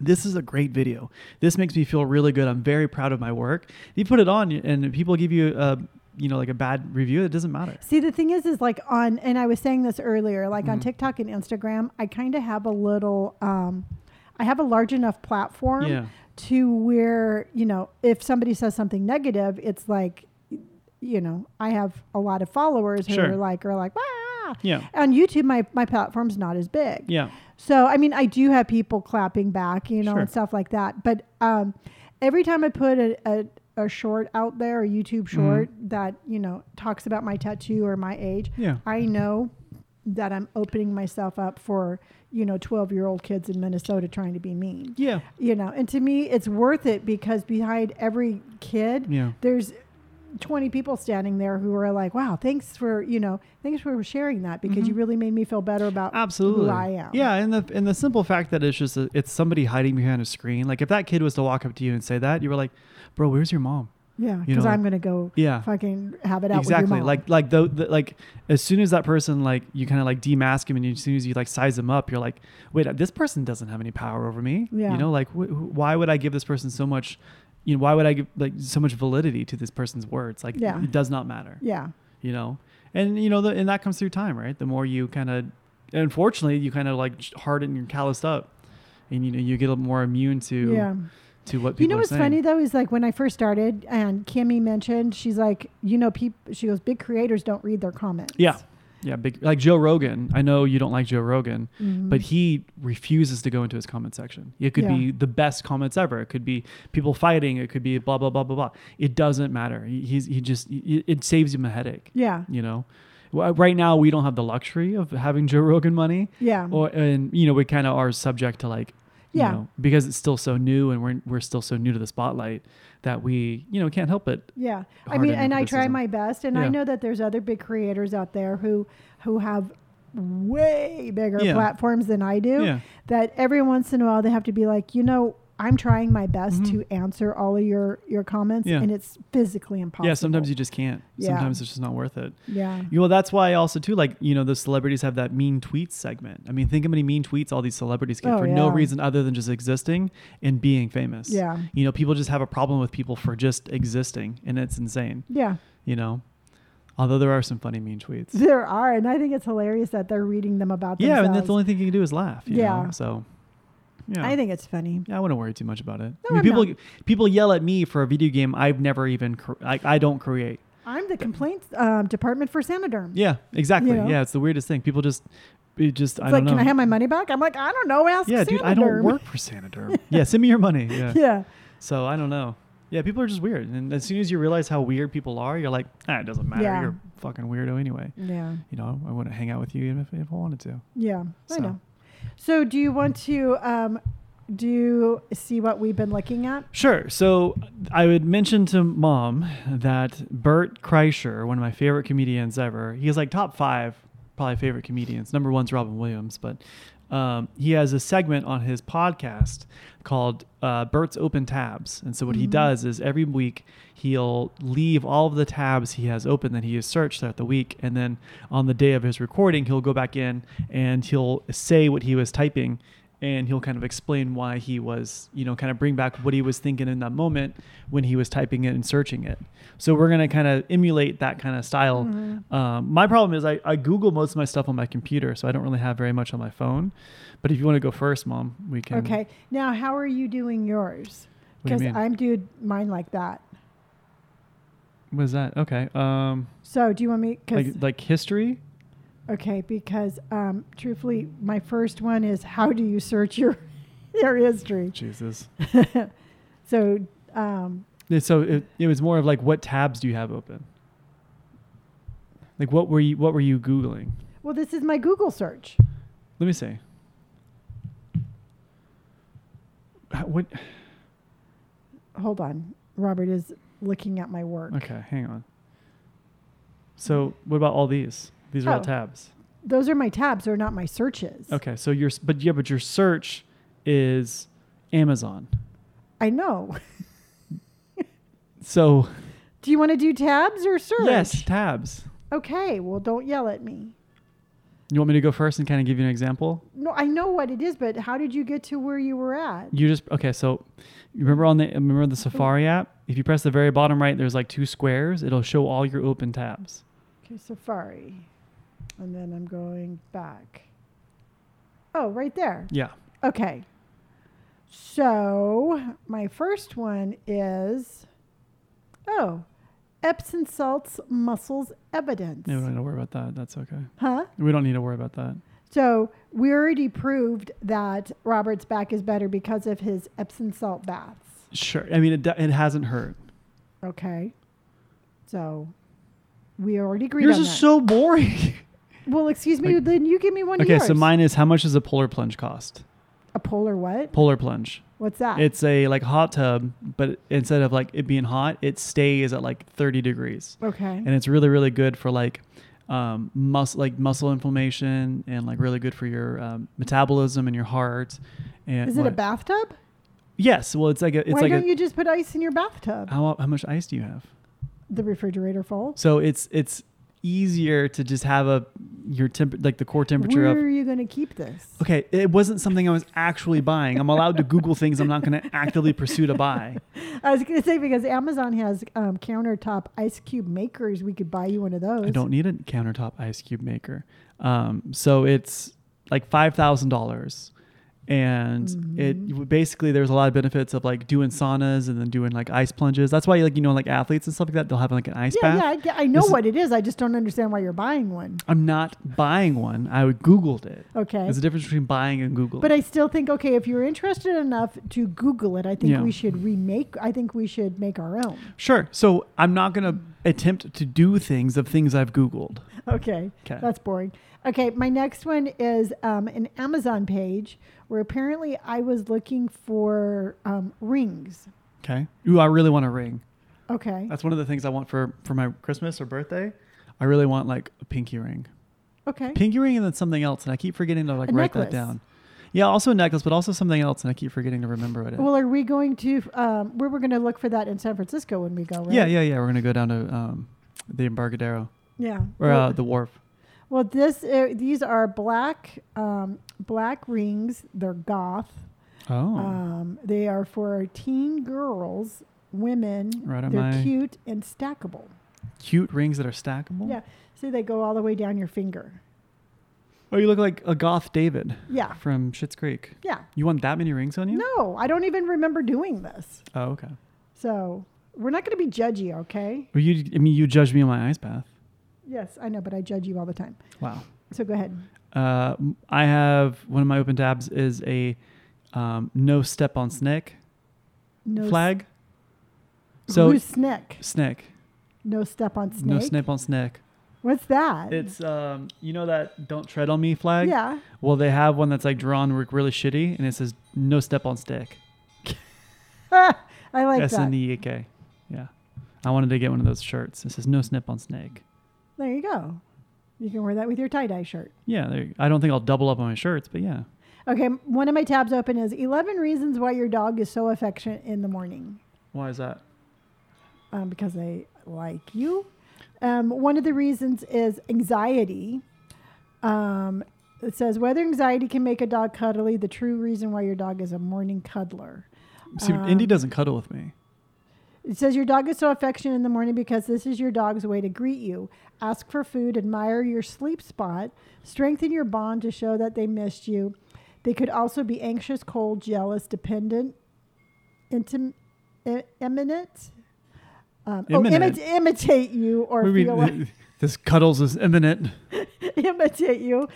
S1: This is a great video. This makes me feel really good. I'm very proud of my work. You put it on and people give you a you know like a bad review. It doesn't matter.
S3: See, the thing is, is like on, and I was saying this earlier, like on
S1: Mhm.
S3: TikTok and Instagram, I kind of have a little, um, I have a large enough platform
S1: Yeah.
S3: to where, you know, if somebody says something negative, it's like, you know, I have a lot of followers who
S1: Sure.
S3: are like, are like, ah.
S1: Yeah.
S3: On YouTube, my, my platform's not as big.
S1: Yeah.
S3: So I mean, I do have people clapping back, you know,
S1: Sure.
S3: and stuff like that. But um, every time I put a, a, a short out there, a YouTube
S1: Mm-hmm.
S3: short that you know talks about my tattoo or my age,
S1: Yeah.
S3: I know that I'm opening myself up for you know 12 year old kids in Minnesota trying to be mean.
S1: Yeah.
S3: You know, and to me, it's worth it because behind every kid,
S1: Yeah.
S3: there's 20 people standing there who are like, "Wow, thanks for you know, thanks for sharing that because you really made me feel better about
S1: Mm-hmm. Absolutely.
S3: who I am."
S1: Yeah, and the and the simple fact that it's just a, it's somebody hiding behind a screen. Like if that kid was to walk up to you and say that, you were like, "Bro, where's your mom?"
S3: Yeah,
S1: You
S3: because
S1: know,
S3: I'm gonna go
S1: Yeah.
S3: fucking have it out with your
S1: exactly
S3: mom.
S1: like like the, the like as soon as that person like you kind of like demask him and as soon as you like size him up you're like wait uh, this person doesn't have any power over me
S3: Yeah.
S1: you know like wh- wh- why would i give this person so much you know why would i give like so much validity to this person's words like
S3: Yeah.
S1: it does not matter
S3: yeah,
S1: you know and you know the, and that comes through time right the more you kind of unfortunately you kind of like sh- harden and calloused up and you know you get a little more immune to
S3: yeah.
S1: to what people
S3: You know
S1: are
S3: what's
S1: saying.
S3: funny though is like when I first started, and Kimmy mentioned she's like, you know, peop She goes, big creators don't read their comments.
S1: Yeah. Yeah, big like Joe Rogan. I know you don't like Joe Rogan,
S3: Mm-hmm.
S1: but he refuses to go into his comment section. It could be
S3: Mm. Yeah.
S1: the best comments ever. It could be people fighting. It could be blah blah blah blah blah. It doesn't matter. He, he's he just he- it saves him a headache.
S3: yeah,
S1: You know, Wh- right now we don't have the luxury of having Joe Rogan money,
S3: yeah,
S1: or and you know we kind of are subject to like
S3: Um. Yeah.
S1: you know, because it's still so new and we're we're still so new to the spotlight that we you know can't help it.
S3: yeah. I
S1: hard
S3: mean,
S1: in
S3: and I try
S1: criticism.
S3: my best, and
S1: Yeah.
S3: I know that there's other big creators out there who who have way bigger
S1: Yeah.
S3: platforms than I do.
S1: Yeah.
S3: That every once in a while they have to be like, you know. I'm trying my best to answer all of your your comments,
S1: Mm-hmm. Yeah.
S3: and it's physically impossible.
S1: Yeah, sometimes you just can't.
S3: Yeah.
S1: Sometimes it's just not worth it.
S3: Yeah.
S1: You know, that's why also too, like you know, the celebrities have that mean tweets segment. I mean, think how many mean tweets all these celebrities get
S3: Oh,
S1: for no
S3: yeah.
S1: reason other than just existing and being famous.
S3: Yeah.
S1: You know, people just have a problem with people for just existing, and it's insane.
S3: Yeah,
S1: You know, although there are some funny mean tweets.
S3: there are, and I think it's hilarious that they're reading them about
S1: yeah,
S3: themselves.
S1: and that's the only thing you can do is laugh. You
S3: Yeah.
S1: Know? So. Yeah.
S3: I think it's funny.
S1: Yeah, I wouldn't worry too much about it.
S3: No,
S1: I mean,
S3: I'm
S1: people
S3: not.
S1: people yell at me for a video game I've never even cr- like I don't create.
S3: I'm the complaints um, department for Sanoderm.
S1: Yeah, exactly.
S3: know?
S1: Yeah, it's the weirdest thing. People just it just I don't
S3: It's like,
S1: know.
S3: can I have my money back? I'm like, I don't know. Ask
S1: yeah, dude, I don't
S3: Sanoderm.
S1: work for Saniderm. yeah, send me your money. Yeah.
S3: yeah,
S1: So I don't know. Yeah, people are just weird. And as soon as you realize how weird people are, you're like, ah, it doesn't matter.
S3: Yeah. Mm.
S1: You're a fucking weirdo anyway.
S3: yeah,
S1: You know, I wouldn't hang out with you even if, if I wanted to.
S3: yeah. I
S1: So.
S3: know. So, do you want to um, do you see what we've been looking at?
S1: Sure. So I would mention to mom that Bert Kreischer, one of my favorite comedians ever, he is like top five probably favorite comedians. Number one's Robin Williams, but um, he has a segment on his podcast called uh, Bert's Open Tabs. And so what he does is every week he'll leave all of the tabs he has open that he has searched throughout the week, and then on the day of his recording he'll go back in and he'll say what he was typing and he'll kind of explain why he was, you know, kind of bring back what he was thinking in that moment when he was typing it and searching it. So we're gonna kind of emulate that kind of style.
S3: Mm-hmm.
S1: Um, my problem is I, I Google most of my stuff on my computer, so I don't really have very much on my phone. But if you want to go first, Mom, we can.
S3: Okay. Now, how are you doing yours?
S1: What do you
S3: Because
S1: mean?
S3: I'm doing mine like that.
S1: What is that? Okay. Um,
S3: So do you want me? Cause,
S1: like like history.
S3: okay, because um, truthfully, my first one is how do you search your your history?
S1: Jesus.
S3: so um,
S1: So it, it was more of like what tabs do you have open? Like what were you what were you googling?
S3: well, this is my Google search.
S1: Let me see. How- What?
S3: Hold on, Robert is looking at my work.
S1: Okay, hang on. So what about all these? These are all
S3: Oh.
S1: tabs.
S3: Those are my tabs. They're not my searches.
S1: Okay, so your s- but yeah, but your search is Amazon.
S3: I know.
S1: So
S3: Do you want to do tabs or search?
S1: yes, tabs.
S3: Okay. Well, don't yell at me.
S1: You want me to go first and kind of give you an example?
S3: No, I know what it is, but how did you get to where you were at?
S1: You just okay. So you remember on the remember the Safari app? If you press the very bottom right, there's like two squares. It'll show all your open tabs.
S3: Okay, Safari. And then I'm going back. Oh, right there.
S1: Yeah.
S3: Okay. So my first one is oh, Epsom salts muscles evidence.
S1: Yeah, we don't need to worry about that. That's okay.
S3: Huh?
S1: We don't need to worry about that.
S3: So we already proved that Robert's back is better because of his Epsom salt baths.
S1: Sure. I mean, it, do- it hasn't hurt.
S3: Okay. So we already agreed
S1: Yours
S3: on
S1: is
S3: that.
S1: so boring.
S3: well, excuse me,
S1: Like-
S3: then you give me one of
S1: okay,
S3: yours.
S1: so mine is how much does a polar plunge cost?
S3: a polar what?
S1: Polar plunge.
S3: What's that?
S1: It's a like hot tub, but instead of like it being hot, it stays at like 30 degrees.
S3: okay.
S1: and it's really really good for like um, muscle like muscle inflammation and like really good for your um, metabolism and your heart. And
S3: Is it a
S1: what-
S3: bathtub?
S1: Yes. Well, it's like a it's
S3: Why
S1: like
S3: don't
S1: a,
S3: you just put ice in your bathtub?
S1: how how much ice do you have?
S3: the refrigerator full.
S1: So it's it's easier to just have a your temp like the core temperature
S3: Where
S1: of.
S3: are you going to keep this?
S1: Okay, it wasn't something I was actually buying. I'm allowed to Google things I'm not going to actively pursue to buy.
S3: I was going to say because Amazon has um, countertop ice cube makers. We could buy you one of those.
S1: I don't need a countertop ice cube maker. Um, so it's like five thousand dollars, and
S3: Mm-hmm.
S1: it w- basically there's a lot of benefits of like doing saunas and then doing like ice plunges. That's why like you know like athletes and stuff like that they'll have like an ice
S3: Yeah,
S1: bath.
S3: yeah, I, get- I know
S1: This is-
S3: what it is. I just don't understand why you're buying one.
S1: I'm not buying one. I would Googled it.
S3: Okay.
S1: There's a difference between buying and Googling.
S3: But I still think okay, if you're interested enough to Google it, I think
S1: Yeah.
S3: we should remake. I think we should make our own.
S1: sure. So I'm not gonna attempt to do things of things I've Googled.
S3: Okay.
S1: 'Kay.
S3: That's boring. Okay, my next one is um, an Amazon page where apparently I was looking for um, rings.
S1: Okay. Ooh, I really want a ring.
S3: Okay.
S1: That's one of the things I want for for my Christmas or birthday. I really want like a pinky ring.
S3: Okay.
S1: pinky ring and then something else, and I keep forgetting to like
S3: A
S1: write that
S3: necklace.
S1: down. Yeah, also a necklace, but also something else, and I keep forgetting to remember what it.
S3: Well, are we going to? Um, where we're going to look for that in San Francisco when we go? Right?
S1: Yeah, yeah, yeah. We're gonna go down to um, the Embarcadero
S3: Yeah.
S1: or
S3: well,
S1: uh, the wharf.
S3: well, this uh, these are black um, black rings. They're goth.
S1: Oh,
S3: Um, they are for teen girls, women.
S1: Right on
S3: They're
S1: my-
S3: cute and stackable.
S1: cute rings that are stackable.
S3: Yeah. So they go all the way down your finger.
S1: Oh, you look like a goth David
S3: Yeah.
S1: from Schitt's Creek.
S3: Yeah.
S1: You want that many rings on you?
S3: No, I don't even remember doing this.
S1: Oh, okay.
S3: So we're not going to be judgy, okay?
S1: Well, you. I mean, you judged me on my ice bath.
S3: Yes, I know, but I judge you all the time.
S1: Wow.
S3: So go ahead.
S1: Uh, m- I have one of my open tabs is a um, no step on snake
S3: No
S1: flag.
S3: s-
S1: So
S3: who's Snick?
S1: snake.
S3: No step on snake.
S1: No snip on snake.
S3: What's that?
S1: It's um, you know that "Don't Tread on Me" flag.
S3: yeah.
S1: Well, they have one that's like drawn re- really shitty, and it says "No step on stick."
S3: Ah, I like
S1: S
S3: that.
S1: N E E K. Yeah, I wanted to get one of those shirts. It says "No snip on snake."
S3: There you go. You can wear that with your tie dye shirt.
S1: Yeah, there, I don't think I'll double up on my shirts, but yeah.
S3: Okay, m- one of my tabs open is 11 reasons why your dog is so affectionate in the morning
S1: Why is that?
S3: um, because they like you. Um, one of the reasons is anxiety. Um, it says whether anxiety can make a dog cuddly, the true reason why your dog is a morning cuddler.
S1: See,
S3: Uh,
S1: Indy doesn't cuddle with me.
S3: It says your dog is so affectionate in the morning because this is your dog's way to greet you, ask for food, admire your sleep spot, strengthen your bond to show that they missed you. They could also be anxious, cold, jealous, dependent, intim- e- eminent, Um,
S1: Imminent.
S3: Oh, imi- imitate you or
S1: We mean,
S3: feel like,
S1: this cuddles is imminent.
S3: imitate you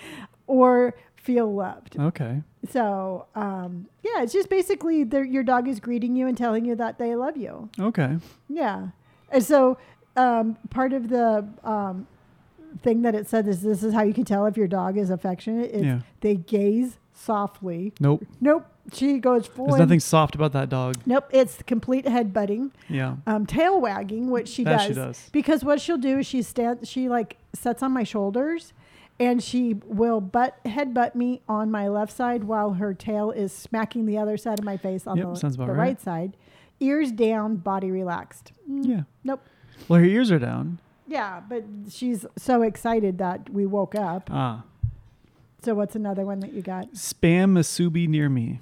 S3: or feel loved.
S1: Okay.
S3: So um, yeah, it's just basically their- your dog is greeting you and telling you that they love you.
S1: Okay.
S3: Yeah. And so um, part of the um, thing that it said is this is how you can tell if your dog is affectionate. Is
S1: Yeah.
S3: They gaze softly.
S1: Nope.
S3: Nope. She goes full.
S1: There's
S3: in-
S1: nothing soft about that dog.
S3: Nope. It's complete head butting,
S1: Yeah.
S3: um, tail wagging, which she
S1: That
S3: does.
S1: she does.
S3: Because what she'll do is she stand, she like sets on my shoulders, and she will butt head butt me on my left side while her tail is smacking the other side of my face on
S1: Yep,
S3: the,
S1: sounds about
S3: the
S1: right.
S3: right. side. Ears down, body relaxed. Mm,
S1: Yeah.
S3: Nope.
S1: Well, her ears are down.
S3: Yeah, but she's so excited that we woke up.
S1: Ah.
S3: So what's another one that you got?
S1: Spam masubi near me.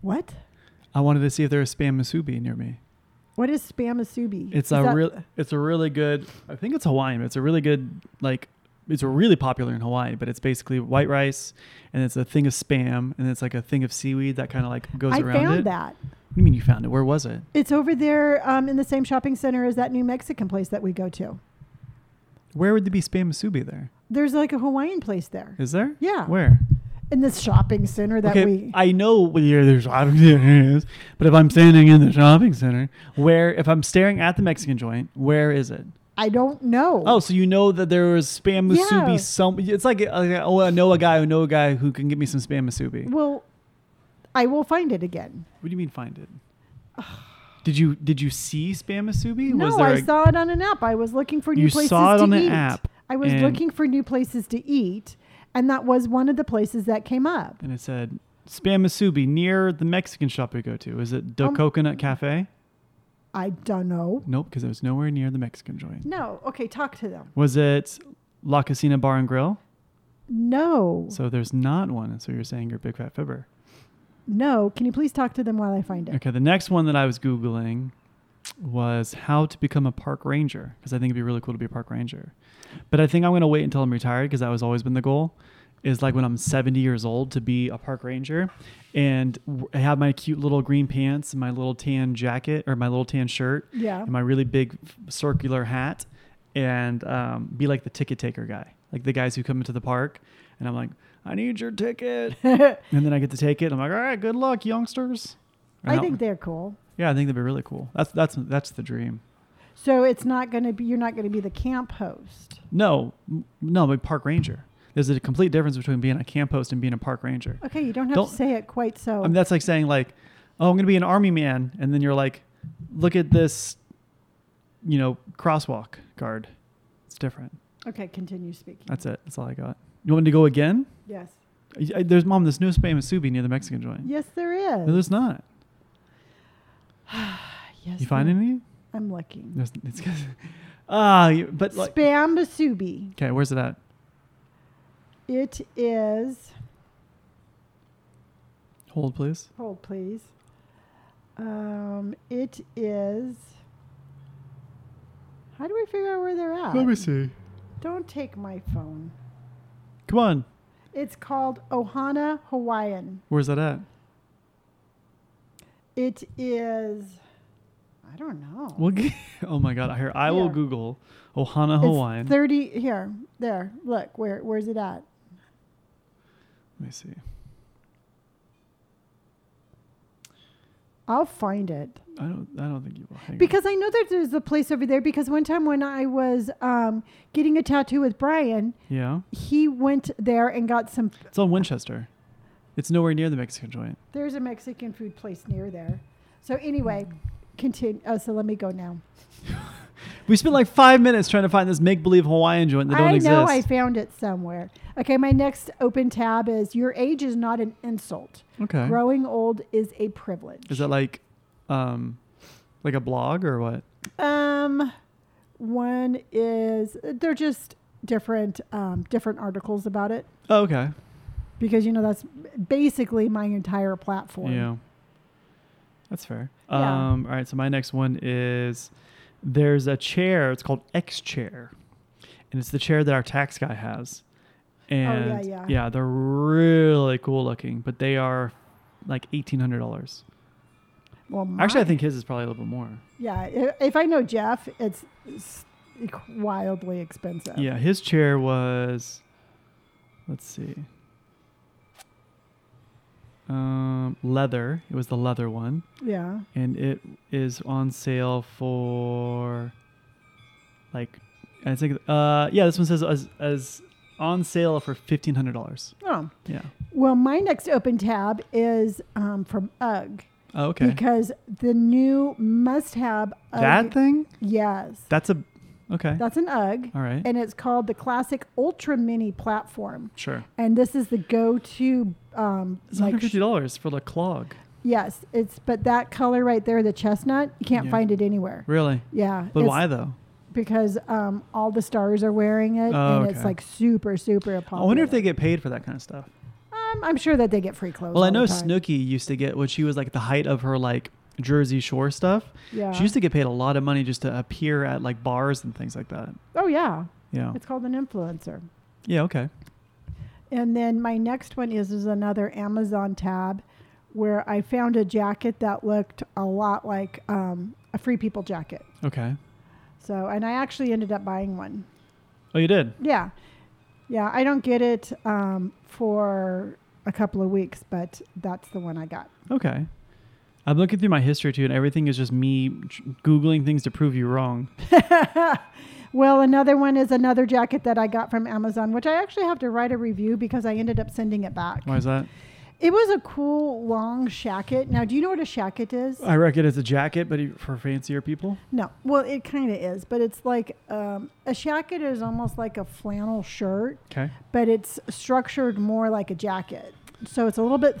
S3: What?
S1: I wanted to see if there was spam masubi near me.
S3: What is spam asubi?
S1: It's
S3: Is
S1: a
S3: that-
S1: real. It's a really good. I think it's Hawaiian. But it's a really good like. It's really popular in Hawaii, but it's basically white rice, and it's a thing of spam, and it's like a thing of seaweed that kind of like goes
S3: I
S1: around
S3: found
S1: it.
S3: that.
S1: What do you mean you found it? Where was it?
S3: It's over there um, in the same shopping center as that new Mexican place that we go to.
S1: Where would there be spam masubi there?
S3: There's like a Hawaiian place there
S1: Is there?
S3: Yeah.
S1: Where?
S3: in this shopping center that
S1: okay,
S3: we.
S1: I know where the shopping center is, but if I'm standing in the shopping center, where if I'm staring at the Mexican joint, where is it?
S3: I don't know.
S1: Oh, so you know that there was spam musubi
S3: Yeah.
S1: some it's like uh, oh I know a guy who know a guy who can give me some spam musubi. What
S3: well, I will find it again.
S1: do you mean find it? Did you did you see spam musubi?
S3: No, I saw it on an app. I was looking for new
S1: You
S3: places
S1: saw it
S3: to
S1: on an
S3: eat.
S1: app,
S3: I was
S1: and-
S3: looking for new places to eat, and that was one of the places that came up.
S1: and it said spam musubi near the Mexican shop we go to. Is it the
S3: Um,
S1: Coconut Cafe?
S3: I don't know.
S1: Nope, because it was nowhere near the Mexican joint.
S3: No. Okay, talk to them.
S1: Was it La Casina Bar and Grill?
S3: No.
S1: So there's not one. So you're saying you're a big fat fibber.
S3: no. Can you please talk to them while I find it?
S1: Okay, the next one that I was Googling was how to become a park ranger because I think it'd be really cool to be a park ranger. But I think I'm going to wait until I'm retired because that was always been the goal is like when I'm 70 years old to be a park ranger and w- I have my cute little green pants and my little tan jacket or my little tan shirt
S3: Yeah.
S1: and my really big f- circular hat and um, be like the ticket taker guy, like the guys who come into the park and I'm like, I need your ticket. and then I get to take it. I'm like, all right, good luck, youngsters. And
S3: I
S1: I'll-
S3: think they're cool.
S1: yeah, I think that'd be really cool. That's that's that's the dream.
S3: So it's not going to be, you're not going to be the camp host.
S1: No, m- no, but park ranger. There's a complete difference between being a camp host and being a park ranger.
S3: Okay, you don't have
S1: Don't-
S3: to say it quite so.
S1: I mean, that's like saying like, oh, I'm gonna be an army man, and then you're like, look at this, you know, crosswalk guard. It's different.
S3: okay, continue speaking.
S1: That's it. That's all I got. You want me to go again?
S3: yes.
S1: I- I- There's mom. This new spam is Subi near the Mexican joint.
S3: Yes, there is.
S1: No, there's not.
S3: Ah, yes,
S1: You find
S3: there-
S1: any?
S3: I'm looking.
S1: There's, it's, ah, you- but like,
S3: Spam Basubi.
S1: okay, where's it at?
S3: It is,
S1: Hold, please.
S3: hold please. Um, it is, how do we figure out where they're at?
S2: Let me see.
S3: Don't take my phone.
S1: Come on.
S3: It's called Ohana Hawaiian.
S1: Where's that at?
S3: It is, I don't know.
S1: We'll g- oh my god! I hear I will
S3: Yeah.
S1: Google Ohana
S3: It's
S1: Hawaiian.
S3: 30 here. There. Look, where where's it at?
S1: Let me see.
S3: I'll find it.
S1: I don't. I don't think you will. Hang on.
S3: Because I know that there's a place over there because one time when I was um, getting a tattoo with Brian,
S1: yeah,
S3: he went there and got some
S1: it's on Winchester. It's nowhere near the Mexican joint.
S3: there's a Mexican food place near there. So anyway, continue oh, so let me go now.
S1: We spent like five minutes trying to find this make-believe Hawaiian joint that don't
S3: I
S1: exist.
S3: know I found it somewhere. Okay, my next open tab is your age is not an insult.
S1: okay.
S3: Growing old is a privilege.
S1: Is that like, um, like a blog or what?
S3: Um, one is they're just different um, different articles about it
S1: Oh, okay.
S3: because you know that's basically my entire platform.
S1: Yeah. That's fair.
S3: Yeah.
S1: Um, all right. So my next one is there's a chair. It's called X chair, and it's the chair that our tax guy has. And
S3: Oh, yeah.
S1: they're really cool looking, but they are like eighteen hundred dollars.
S3: Well,
S1: Actually, I
S3: my-
S1: think his is probably a little bit more.
S3: Yeah, i- if I know Jeff, it's s- wildly expensive.
S1: Yeah, his chair was. Let's see. Um, leather. It was the leather one,
S3: Yeah.
S1: and it is on sale for. Like, I think. Uh, yeah, this one says as, as on sale for fifteen hundred dollars.
S3: Oh.
S1: Yeah.
S3: Well, my next open tab is um, from UGG
S1: Oh, okay.
S3: because um, the new must-have. UGG,
S1: that thing.
S3: Yes,
S1: That's a. Okay.
S3: that's an UGG,
S1: All right.
S3: and it's called the Classic Ultra Mini Platform,
S1: sure.
S3: and this is the go-to. Um,
S1: It's one
S3: like,
S1: hundred fifty dollars for the clog.
S3: yes, it's but that color right there, the chestnut, you can't
S1: Yeah.
S3: find it anywhere.
S1: Really?
S3: Yeah,
S1: But
S3: it's
S1: why though?
S3: Because um, all the stars are wearing it,
S1: Oh,
S3: and it's
S1: okay.
S3: like super, super
S1: I
S3: popular.
S1: wonder if they get paid for that kind of stuff.
S3: Um, I'm sure that they get free clothes.
S1: Well, I
S3: all the
S1: know
S3: time.
S1: Snooki used to get when she was like at the height of her like Jersey Shore stuff.
S3: Yeah.
S1: She used to get paid a lot of money just to appear at like bars and things like that.
S3: oh yeah,
S1: Yeah.
S3: it's called an influencer.
S1: Yeah. Okay.
S3: And then my next one is is another Amazon tab, where I found a jacket that looked a lot like um, a Free People jacket.
S1: Okay.
S3: So, and I actually ended up buying one.
S1: Oh, you did.
S3: Yeah, yeah. I don't get it um, for a couple of weeks, but that's the one I got.
S1: Okay. I'm looking through my history too, and everything is just me tr- googling things to prove you wrong.
S3: Well, another one is another jacket that I got from Amazon, which I actually have to write a review because I ended up sending it back.
S1: Why is that?
S3: It was a cool long shacket. Now, do you know what a shacket is?
S1: I reckon it's a jacket, but for fancier people.
S3: No. Well, it kind of is, but it's like um, a shacket is almost like a flannel shirt,
S1: Okay.
S3: but it's structured more like a jacket. So it's a little bit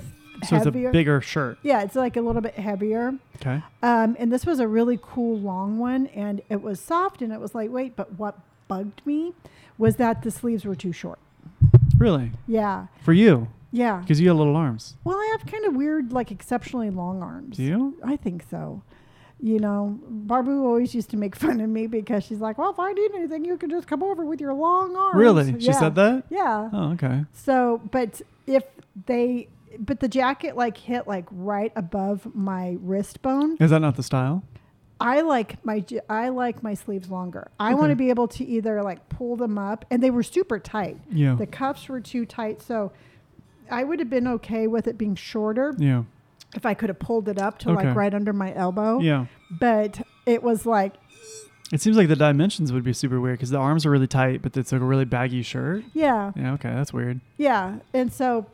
S1: So it's a
S3: heavier.
S1: bigger shirt.
S3: yeah, it's like a little bit heavier.
S1: Okay.
S3: Um, and this was a really cool long one, and it was soft and it was lightweight. But what bugged me was that the sleeves were too short.
S1: Really?
S3: Yeah,
S1: For you?
S3: yeah.
S1: Because you have little arms.
S3: Well, I have kind of weird, like exceptionally long arms.
S1: Do you?
S3: I think so. You know, Barbie always used to make fun of me because she's like, "Well, if I need anything, you can just come over with your long arms."
S1: Really? She
S3: Yeah.
S1: said that?
S3: Yeah.
S1: Oh, okay.
S3: So, but if they, but the jacket like hit like right above my wrist bone.
S1: Is that not the style?
S3: I like my j- I like my sleeves longer. I want
S1: Okay.
S3: to be able to either like pull them up, and they were super tight.
S1: Yeah.
S3: The cuffs were too tight, so I would have been okay with it being shorter
S1: Yeah.
S3: if I could have pulled it up to
S1: Okay.
S3: like right under my elbow.
S1: Yeah.
S3: But it was like,
S1: It seems like the dimensions would be super weird because the arms are really tight, but it's like a really baggy shirt.
S3: yeah,
S1: Yeah, okay, that's weird.
S3: yeah. And so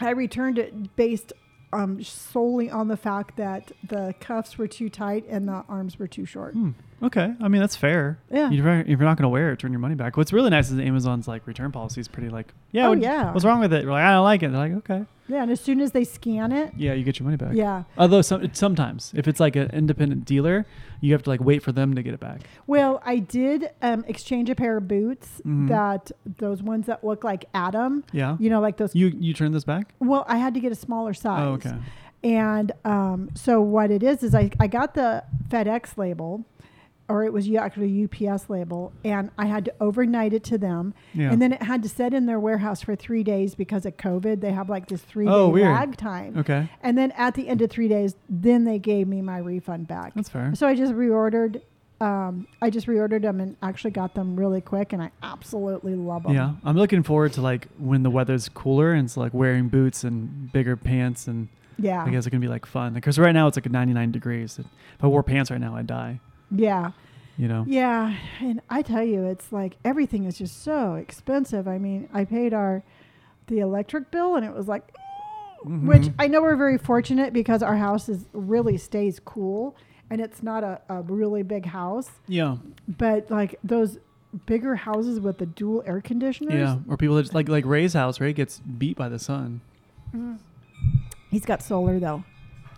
S3: I returned it based um, solely on the fact that the cuffs were too tight and the arms were too short.
S1: Hmm. Okay, I mean that's fair.
S3: Yeah.
S1: You're, very- if you're not gonna wear it, turn your money back. What's really nice is Amazon's like return policy is pretty like yeah.
S3: Oh,
S1: what-
S3: yeah.
S1: What's wrong with it? We're like I don't like it. They're like okay.
S3: Yeah. And as soon as they scan it,
S1: Yeah, you get your money back.
S3: yeah.
S1: Although some, it's sometimes if it's like an independent dealer, you have to like wait for them to get it back.
S3: Well, I did um, exchange a pair of boots
S1: Mhm.
S3: that those ones that look like Adam,
S1: Yeah.
S3: you know, like those.
S1: You you turn this back?
S3: Well, I had to get a smaller size.
S1: Oh, okay.
S3: And um, so what it is is I, I got the FedEx label, or it was u- actually UPS label, and I had to overnight it to them,
S1: Yeah.
S3: and then it had to sit in their warehouse for three days because of COVID. They have like this three
S1: Oh,
S3: day
S1: weird.
S3: lag time.
S1: Okay.
S3: And then at the end of three days, then they gave me my refund back.
S1: That's fair.
S3: So I just reordered. Um, I just reordered them and actually got them really quick, and I absolutely love them.
S1: Yeah, I'm looking forward to like when the weather's cooler and it's like wearing boots and bigger pants and
S3: Yeah.
S1: I guess it's gonna be like fun because right now it's like 99 degrees. If I wore pants right now, I'd die.
S3: Yeah.
S1: You know.
S3: Yeah, and I tell you, it's like everything is just so expensive. I mean, I paid our the electric bill, and it was like, which
S1: Mhm.
S3: I know we're very fortunate because our house is really stays cool, and it's not a, a really big house,
S1: Yeah.
S3: but like those bigger houses with the dual air conditioners.
S1: Yeah. Or people that just like like Ray's house. Ray gets beat by the sun.
S3: Mm-hmm. he's got solar though,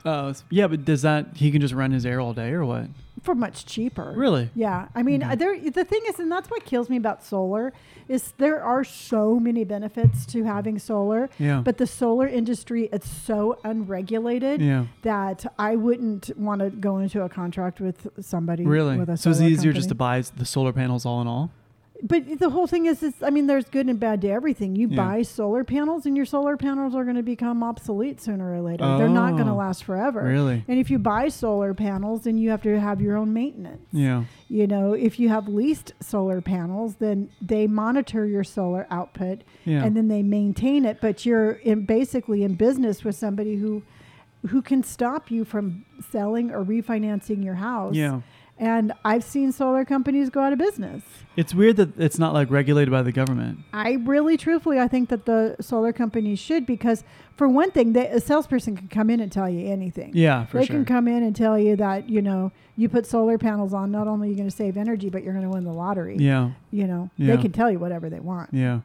S1: Oh yeah, but does that he can just run his air all day or what?
S3: for much cheaper.
S1: Really? Mm-hmm.
S3: Yeah, I mean,
S1: Okay.
S3: there. The thing is, and that's what kills me about solar is there are so many benefits to having solar.
S1: Yeah.
S3: But the solar industry, it's so unregulated
S1: yeah.
S3: that I wouldn't want to go into a contract with somebody.
S1: Really?
S3: With a
S1: So it's
S3: solar
S1: easier just to
S3: company.
S1: buy the solar panels all in all?
S3: But the whole thing is, is, I mean, there's good and bad to everything. You
S1: Yeah.
S3: buy solar panels, and your solar panels are going to become obsolete sooner or later. They're not going to
S1: Oh,
S3: last forever.
S1: really?
S3: And if you buy solar panels, then you have to have your own maintenance.
S1: Yeah.
S3: You know, if you have leased solar panels, then they monitor your solar output
S1: Yeah.
S3: and then they maintain it. But you're in basically in business with somebody who who can stop you from selling or refinancing your house.
S1: Yeah.
S3: And I've seen solar companies go out of business.
S1: It's weird that it's not like regulated by the government.
S3: I really truthfully I think that the solar companies should because for one thing, they, a salesperson can come in and tell you anything
S1: Yeah, for
S3: they
S1: sure.
S3: can come in and tell you that you know you put solar panels on not only are you going to save energy but you're going to win the lottery
S1: yeah.
S3: you know
S1: Yeah.
S3: they can tell you whatever they want
S1: Yeah.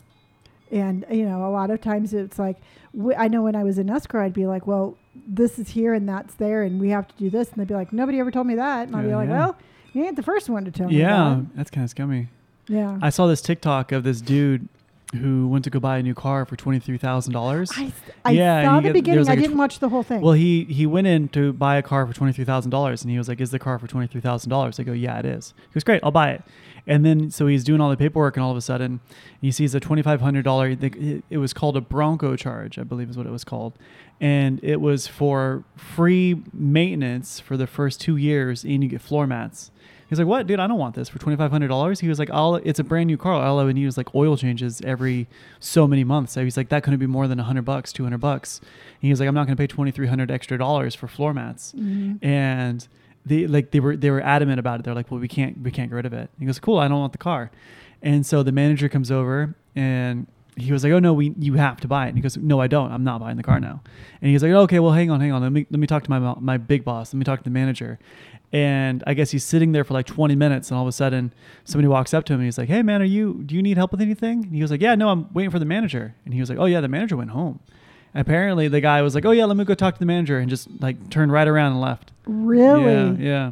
S3: and you know a lot of times it's like wh- i know when i was in escrow i'd be like well this is here and that's there and we have to do this and they'd be like nobody ever told me that and i'd be
S1: Yeah,
S3: like
S1: yeah.
S3: well you ain't the first one to tell
S1: Yeah.
S3: me
S1: That's kind of scummy.
S3: that yeah
S1: I saw this TikTok of this dude who went to go buy a new car for twenty three thousand dollars.
S3: I s- I
S1: Yeah, you
S3: saw the
S1: get-
S3: beginning
S1: there's like
S3: i
S1: a
S3: didn't
S1: tw-
S3: watch the whole thing
S1: Well, he he went in to buy a car for twenty three thousand dollars, and he was like, "Is the car for twenty three thousand dollars?" I go, "Yeah, it is." He goes, "Great, I'll buy it." And then so he's doing all the paperwork, and all of a sudden, he sees a twenty five hundred dollar. It was called a Bronco charge, I believe, is what it was called, and it was for free maintenance for the first two years, and you get floor mats. He's like, "What, dude? I don't want this for twenty five hundred dollars." He was like, "All it's a brand new car. All I would need is like oil changes every so many months." So he's like, "That couldn't be more than hundred bucks, two hundred bucks." And he was like, "I'm not going to pay twenty three hundred extra dollars for floor mats." And they like they were they were adamant about it. They're like, "Well, we can't we can't get rid of it." He goes, "Cool, I don't want the car." And so the manager comes over and he was like, "Oh no, we you have to buy it." And he goes, "No, I don't. I'm not buying the car now." And he's like, "Okay, well, hang on, hang on. Let me let me talk to my mo- my big boss. Let me talk to the manager." And I guess he's sitting there for like 20 minutes, and all of a sudden, somebody walks up to him and he's like, "Hey, man, are you do you need help with anything?" And he was like, "Yeah, no, I'm waiting for the manager." And he was like, "Oh yeah, the manager went home." Apparently, the guy was like, "Oh yeah, let me go talk to the manager," and just like turned right around and left.
S3: really
S1: Yeah, yeah.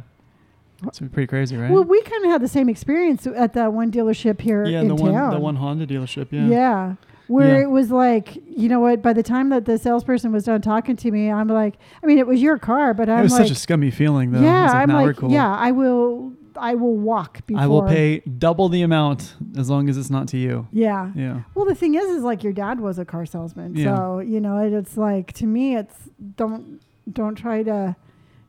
S1: It's pretty crazy, right?
S3: well we kind of had the same experience at that one dealership here
S1: yeah,
S3: in
S1: the
S3: town
S1: one the one Honda dealership. Yeah.
S3: Yeah. Where
S1: Yeah.
S3: it was like, you know what? By the time that the salesperson was done talking to me, I'm like, I mean, it was your car, but I'm
S1: it was
S3: like,
S1: such a scummy feeling, though.
S3: yeah,
S1: It's like,
S3: I'm
S1: nah, we're
S3: like,
S1: cool.
S3: yeah, I will, I will walk before.
S1: I will pay double the amount as long as it's not to you.
S3: Yeah.
S1: Yeah.
S3: Well, the thing is, is like your dad was a car salesman,
S1: Yeah.
S3: so you know, it, it's like to me, it's don't, don't try to,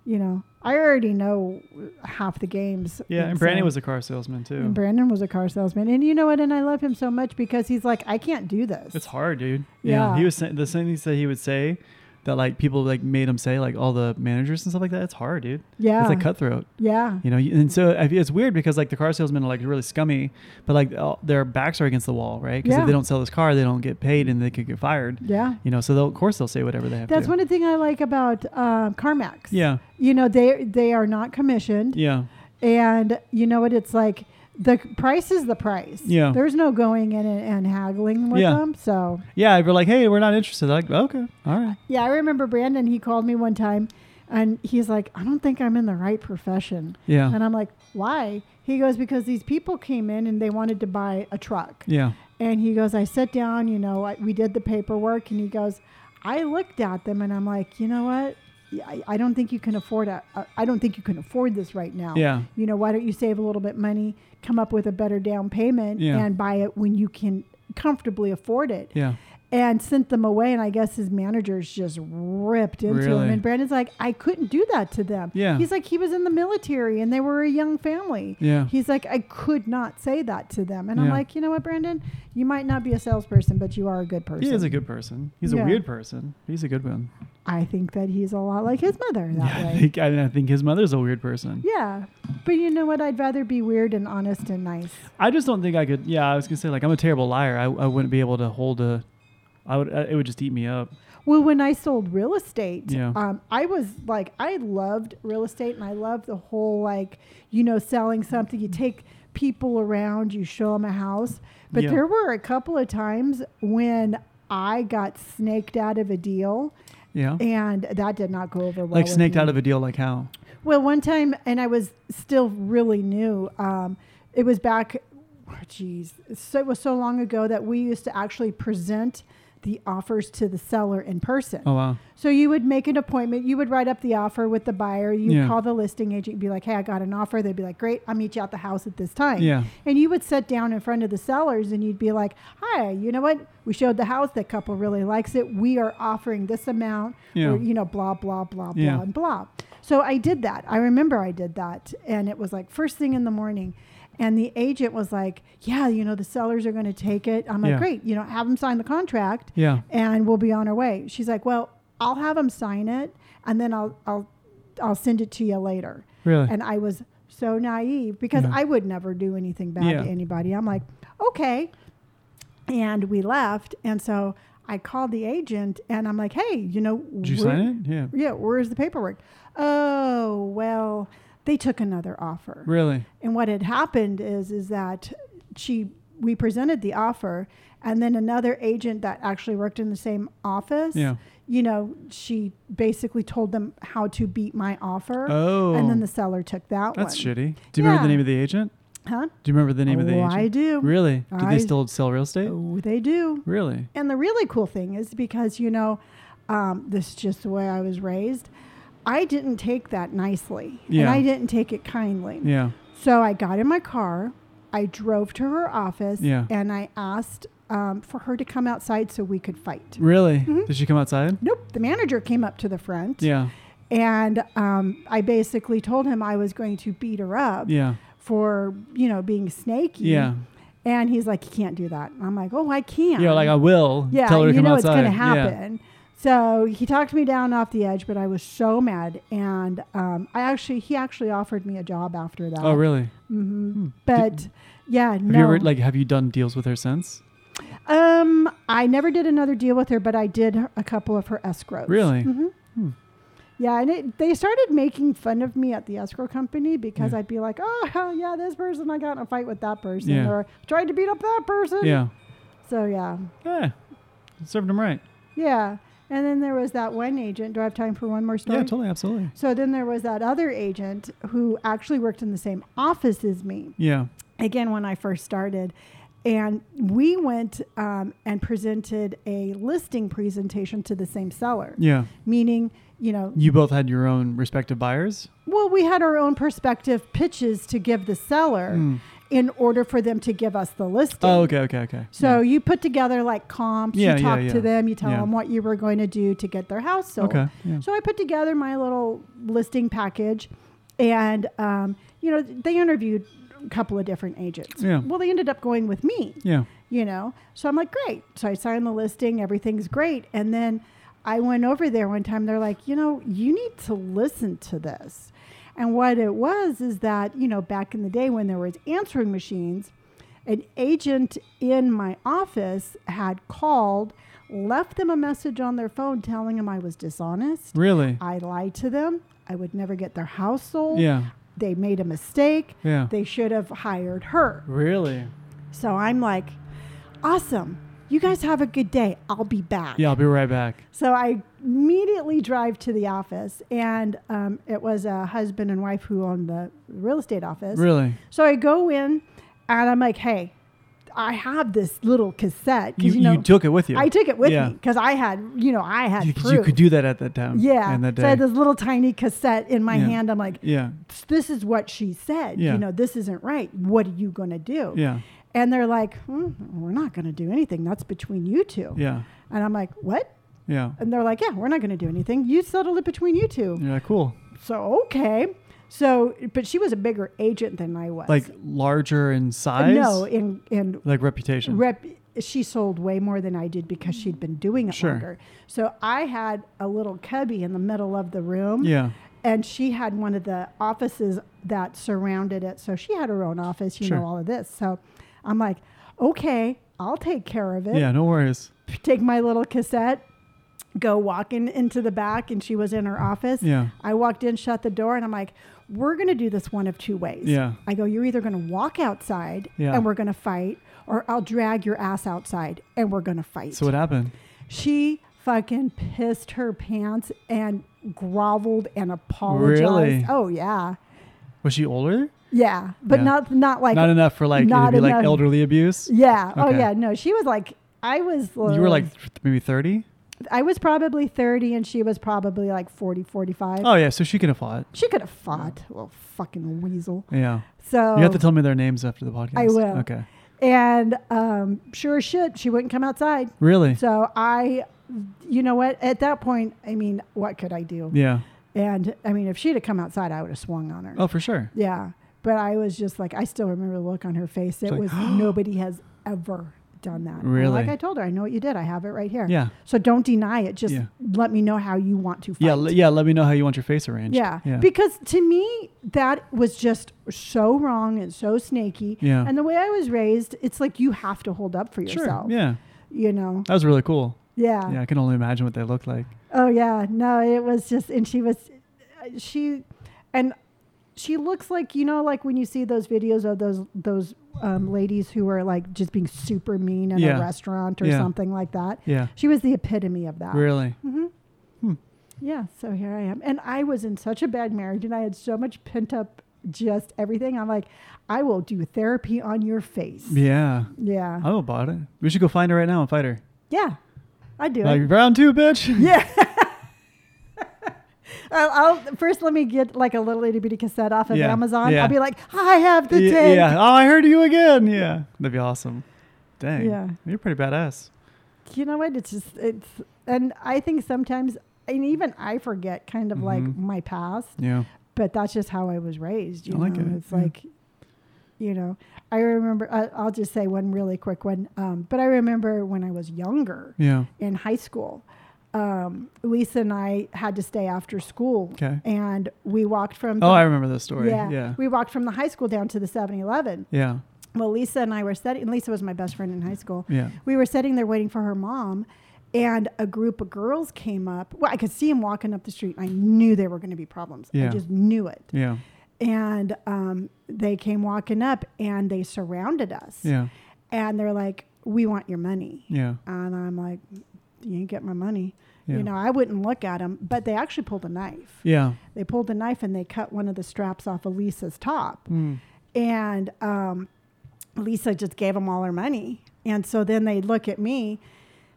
S3: you know, I already know half the games.
S1: Yeah, and Brandy
S3: so-
S1: was a car salesman too.
S3: uh, And Brandon was a car salesman, and you know what? And I love him so much because he's like, I can't do this.
S1: It's hard, dude. Yeah.
S3: Yeah.
S1: He was saying the same things that he would say that like people like made him say like all the managers and stuff like that. It's hard, dude.
S3: Yeah.
S1: It's like cutthroat,
S3: Yeah.
S1: you know. you- And so I feel- it's weird because like the car salesmen are like really scummy, but like all- their backs are against the wall, right? Because if
S3: Yeah.
S1: they don't sell this car, they don't get paid and they could get fired.
S3: Yeah.
S1: You know, so they'll, of course they'll say whatever they have
S3: That's
S1: to.
S3: one of the things I like about um, CarMax.
S1: Yeah.
S3: You know, they they are not commissioned.
S1: Yeah.
S3: And you know what? It's like the c- price is the price.
S1: Yeah.
S3: There's no going in and, and haggling with
S1: Yeah.
S3: them. So,
S1: Yeah. If you're like, hey, we're not interested. They're like, okay, all right.
S3: yeah, I remember Brandon, he called me one time and he's like, I don't think I'm in the right profession.
S1: Yeah.
S3: And I'm like, why? He goes, because these people came in and they wanted to buy a truck.
S1: yeah.
S3: And he goes, I sit down, you know, I, we did the paperwork. And he goes, I looked at them and I'm like, you know what? Yeah, I, I don't think you can afford a, a, I don't think you can afford this right now.
S1: Yeah.
S3: You know, why don't you save a little bit money, come up with a better down payment
S1: Yeah.
S3: and buy it when you can comfortably afford it?
S1: Yeah.
S3: And sent them away. And I guess his managers just ripped into
S1: Really?
S3: him. And Brandon's like, I couldn't do that to them.
S1: Yeah.
S3: He's like, he was in the military and they were a young family.
S1: Yeah.
S3: He's like, I could not say that to them. And I'm
S1: Yeah.
S3: like, you know what, Brandon? You might not be a salesperson, but you are a good person.
S1: He is a good person. He's a
S3: Yeah.
S1: weird person. He's a good one.
S3: I think that he's a lot like his mother that
S1: I
S3: way.
S1: think, I, I think his mother's a weird person.
S3: Yeah. But you know what? I'd rather be weird and honest and nice.
S1: I just don't think I could. Yeah, I was gonna say like I'm a terrible liar. I, I wouldn't be able to hold a. I would. uh, It would just eat me up.
S3: Well, when I sold real estate,
S1: Yeah.
S3: um, I was like, I loved real estate and I loved the whole, like, you know, selling something. You take people around, you show them a house. But
S1: Yeah.
S3: there were a couple of times when I got snaked out of a deal.
S1: Yeah.
S3: and that did not go over well.
S1: like
S3: with
S1: snaked
S3: me.
S1: out of a deal. Like how?
S3: Well, one time, and I was still really new. Um, it oh, was back, jeez, so it was so long ago that we used to actually present the offers to the seller in person.
S1: Oh wow.
S3: So you would make an appointment. You would write up the offer with the buyer. You
S1: Yeah.
S3: would call the listing agent. and Be like, "Hey, I got an offer." They'd be like, "Great, I'll meet you at the house at this time."
S1: Yeah.
S3: And you would sit down in front of the sellers, and you'd be like, "Hi, you know what? We showed the house. That couple really likes it. We are offering this amount.
S1: Yeah.
S3: Or, you know, blah blah blah blah
S1: Yeah.
S3: and blah." So I did that. I remember I did that, and it was like first thing in the morning. And the agent was like, "Yeah, you know, the sellers are going to take it." I'm like,
S1: Yeah.
S3: "Great, you know, have them sign the contract."
S1: Yeah.
S3: and we'll be on our way. She's like, well, I'll have them sign it, and then I'll I'll I'll send it to you later.
S1: Really?
S3: And I was so naive because
S1: Yeah.
S3: I would never do anything bad
S1: Yeah.
S3: to anybody. I'm like, okay. And we left, and so I called the agent, and I'm like, hey, you know,
S1: Did you sign it? Yeah.
S3: Yeah, where's the paperwork? Oh well, they took another offer.
S1: Really?
S3: And what had happened is is that she we presented the offer and then another agent that actually worked in the same office,
S1: Yeah.
S3: you know, she basically told them how to beat my offer.
S1: Oh.
S3: And then the seller took that
S1: That's
S3: one.
S1: shitty. Do you remember the
S3: Yeah.
S1: name of the agent?
S3: Huh?
S1: Do you remember the name of the
S3: Oh,
S1: agent?
S3: I do.
S1: Really? Do
S3: I-
S1: they still sell real estate?
S3: Oh, they do.
S1: Really?
S3: And the really cool thing is because, you know, um, this is just the way I was raised. I didn't take that nicely. And
S1: Yeah.
S3: I didn't take it kindly.
S1: Yeah.
S3: So I got in my car, I drove to her office,
S1: Yeah.
S3: and I asked um, for her to come outside so we could fight.
S1: Really?
S3: Mm-hmm.
S1: Did she come outside?
S3: Nope, the manager came up to the front,
S1: Yeah.
S3: and um, I basically told him I was going to beat her up
S1: Yeah.
S3: for you know being snaky.
S1: Yeah.
S3: and he's like, "You can't do that." I'm like, "Oh, I can."
S1: Yeah. Like I will.
S3: yeah,
S1: Tell her to
S3: you
S1: come
S3: know
S1: outside.
S3: it's gonna
S1: Yeah.
S3: happen. So he talked me down off the edge, but I was so mad, and um, I actually he actually offered me a job after that.
S1: Oh, really?
S3: Mm-hmm. But yeah,
S1: Hmm. Have
S3: no.
S1: you ever like have you done deals with her since?
S3: Um, I never did another deal with her, but I did her- a couple of her escrows. Mm-hmm.
S1: Really? Hmm.
S3: Yeah, and it, they started making fun of me at the escrow company because
S1: Yeah.
S3: I'd be like, "Oh, yeah, this person, I got in a fight with that person,
S1: Yeah.
S3: or tried to beat up that person."
S1: Yeah.
S3: So yeah,
S1: Yeah. Served him right.
S3: Mm-hmm. yeah. And then there was that one agent. Do I have time for one more story?
S1: Yeah, totally, absolutely.
S3: So then there was that other agent who actually worked in the same office as me.
S1: Yeah.
S3: again when I first started. And we went um, and presented a listing presentation to the same seller,
S1: Yeah.
S3: meaning, you know,
S1: You both had your own respective buyers?
S3: well, we had our own perspective pitches to give the seller in order for them to give us the listing.
S1: Hmm. Oh, okay, okay, okay.
S3: So you put together like comps,
S1: Yeah,
S3: you
S1: yeah,
S3: talk
S1: yeah.
S3: to them, you tell
S1: Yeah.
S3: them what you were going to do to get their house sold.
S1: Okay, yeah.
S3: So I put together my little listing package and, um, you know, they interviewed a couple of different agents.
S1: Yeah.
S3: Well, they ended up going with me
S1: yeah.
S3: you know so i'm like great so i signed the listing everything's great and then i went over there one time they're like you know you need to listen to this and what it was is that you know back in the day when there was answering machines an agent in my office had called left them a message on their phone telling them i was dishonest
S1: Really?
S3: i lied to them i would never get their house sold
S1: Yeah.
S3: they made a mistake
S1: Yeah.
S3: they should have hired her
S1: Really?
S3: so I'm like, awesome. You guys have a good day. I'll be back.
S1: Yeah, I'll be right back.
S3: So I immediately drive to the office, and um, it was a husband and wife who owned the real estate office.
S1: Really?
S3: So I go in, and I'm like, hey, I have this little
S1: You,
S3: cassette because
S1: you,
S3: you, know
S1: took it with you.
S3: I took it with me 'cause
S1: yeah.
S3: me because I had you know I had
S1: You,
S3: proof.
S1: you could do that at that time.
S3: yeah.
S1: And that day.
S3: So I had this little tiny cassette in my
S1: Yeah.
S3: hand. I'm like,
S1: yeah.
S3: this is what she said.
S1: Yeah.
S3: You know, this isn't right. What are you going to do?
S1: Yeah.
S3: And they're like, hmm, we're not going to do anything. That's between you two.
S1: Yeah.
S3: And I'm like, what?
S1: Yeah.
S3: And they're like, yeah, we're not going to do anything. You settled it between you two.
S1: You're like, cool.
S3: So, okay. So, but she was a bigger agent than I was.
S1: Like larger in size?
S3: no, in, in
S1: Like reputation.
S3: rep, she sold way more than I did because she'd been doing it
S1: Sure.
S3: longer. So I had a little cubby in the middle of the room.
S1: yeah.
S3: And she had one of the offices that surrounded it. So she had her own office, you
S1: Sure.
S3: know, all of this. So I'm like, okay, I'll take care of it.
S1: Yeah, no worries.
S3: Take my little cassette, go walking into the back, and she was in her office.
S1: Yeah.
S3: I walked in, shut the door, and I'm like, we're going to do this one of two ways.
S1: Yeah.
S3: I go, you're either going to walk outside
S1: Yeah.
S3: and we're going to fight, or I'll drag your ass outside and we're going to fight.
S1: So what happened?
S3: She fucking pissed her pants and groveled and apologized.
S1: Really?
S3: Oh yeah.
S1: Was she older?
S3: Yeah. But
S1: Yeah.
S3: not not like
S1: not enough for like, it'd
S3: not
S1: be like
S3: enough.
S1: elderly abuse?
S3: Yeah. Oh
S1: Okay.
S3: yeah. No, she was like I was
S1: You were like th- maybe 30?
S3: I was probably 30 and she was probably like 40, 45.
S1: Oh, yeah. So she can afford
S3: She could have fought. Well, fucking weasel.
S1: it. Yeah.
S3: So
S1: You have to tell me their names after the podcast.
S3: Oh. I will.
S1: Okay.
S3: and um, sure as shit, she wouldn't come outside.
S1: Really?
S3: So I, you know what? At that point, I mean, what could I do?
S1: yeah.
S3: And I mean, if she'd have come outside, I would have swung on her.
S1: Oh, for sure.
S3: Yeah. But I was just like, I still remember the look on her face. It
S1: like,
S3: was nobody has ever done that. And
S1: Really?
S3: Like I told her, I know what you did. I have it right here.
S1: Yeah.
S3: So don't deny it. Just
S1: Yeah.
S3: let me know how you want to fight.
S1: Yeah. le- yeah. Let me know how you want your face arranged.
S3: Yeah.
S1: Yeah.
S3: Because to me, that was just so wrong and so snaky.
S1: Yeah.
S3: And the way I was raised, it's like you have to hold up for
S1: sure.
S3: yourself.
S1: Yeah.
S3: You know?
S1: That was really cool.
S3: Yeah.
S1: Yeah. I can only imagine what they looked like.
S3: Oh, yeah. No, it was just, and she was, she, and she looks like, you know, like when you see those videos of those, those, um, ladies who are like just being super mean in
S1: Yeah.
S3: a restaurant or
S1: Yeah.
S3: something like that.
S1: Yeah.
S3: She was the epitome of that.
S1: Really?
S3: Yeah, so here I am. And I was in such a bad marriage and I had so much pent up just everything. I'm like, I will do therapy on your face.
S1: Yeah. Oh.
S3: Yeah.
S1: I'm about it. We should go find her right now and fight her.
S3: Yeah. I do it.
S1: Like, round two, bitch.
S3: Yeah. I'll, I'll first let me get like a little itty bitty cassette off of
S1: Yeah,
S3: Amazon.
S1: yeah.
S3: I'll be like, I have the
S1: Y-
S3: tape.
S1: yeah. Oh, I heard you again. Yeah. That'd be awesome. Dang.
S3: Yeah.
S1: You're pretty badass.
S3: You know what? It's just it's and I think sometimes and even I forget kind of
S1: Mhm.
S3: like my past.
S1: Yeah.
S3: but that's just how I was raised. You
S1: I like
S3: know,
S1: it,
S3: it's
S1: yeah.
S3: like, you know, I remember. I, I'll just say one really quick one. Um, but I remember when I was younger
S1: Yeah.
S3: in high school, um, Lisa and I had to stay after school,
S1: Okay.
S3: and we walked from.
S1: Oh, I remember this story.
S3: yeah,
S1: Yeah.
S3: we walked from the high school down to the 7-Eleven.
S1: Yeah.
S3: Well, Lisa and I were sitting. and Lisa was my best friend in high school.
S1: Yeah.
S3: We were sitting there waiting for her mom, and a group of girls came up. Well, I could see them walking up the street, and I knew there were going to be problems.
S1: Yeah.
S3: I just knew it
S1: Yeah.
S3: and um, they came walking up and they surrounded us
S1: Yeah.
S3: and they're like we want your money
S1: Yeah.
S3: and i'm like you ain't get my money
S1: Yeah.
S3: you know i wouldn't look at them but they actually pulled a knife
S1: Yeah.
S3: they pulled a knife and they cut one of the straps off of lisa's top
S1: Mm.
S3: and um, Lisa just gave them all her money. And so then they look at me,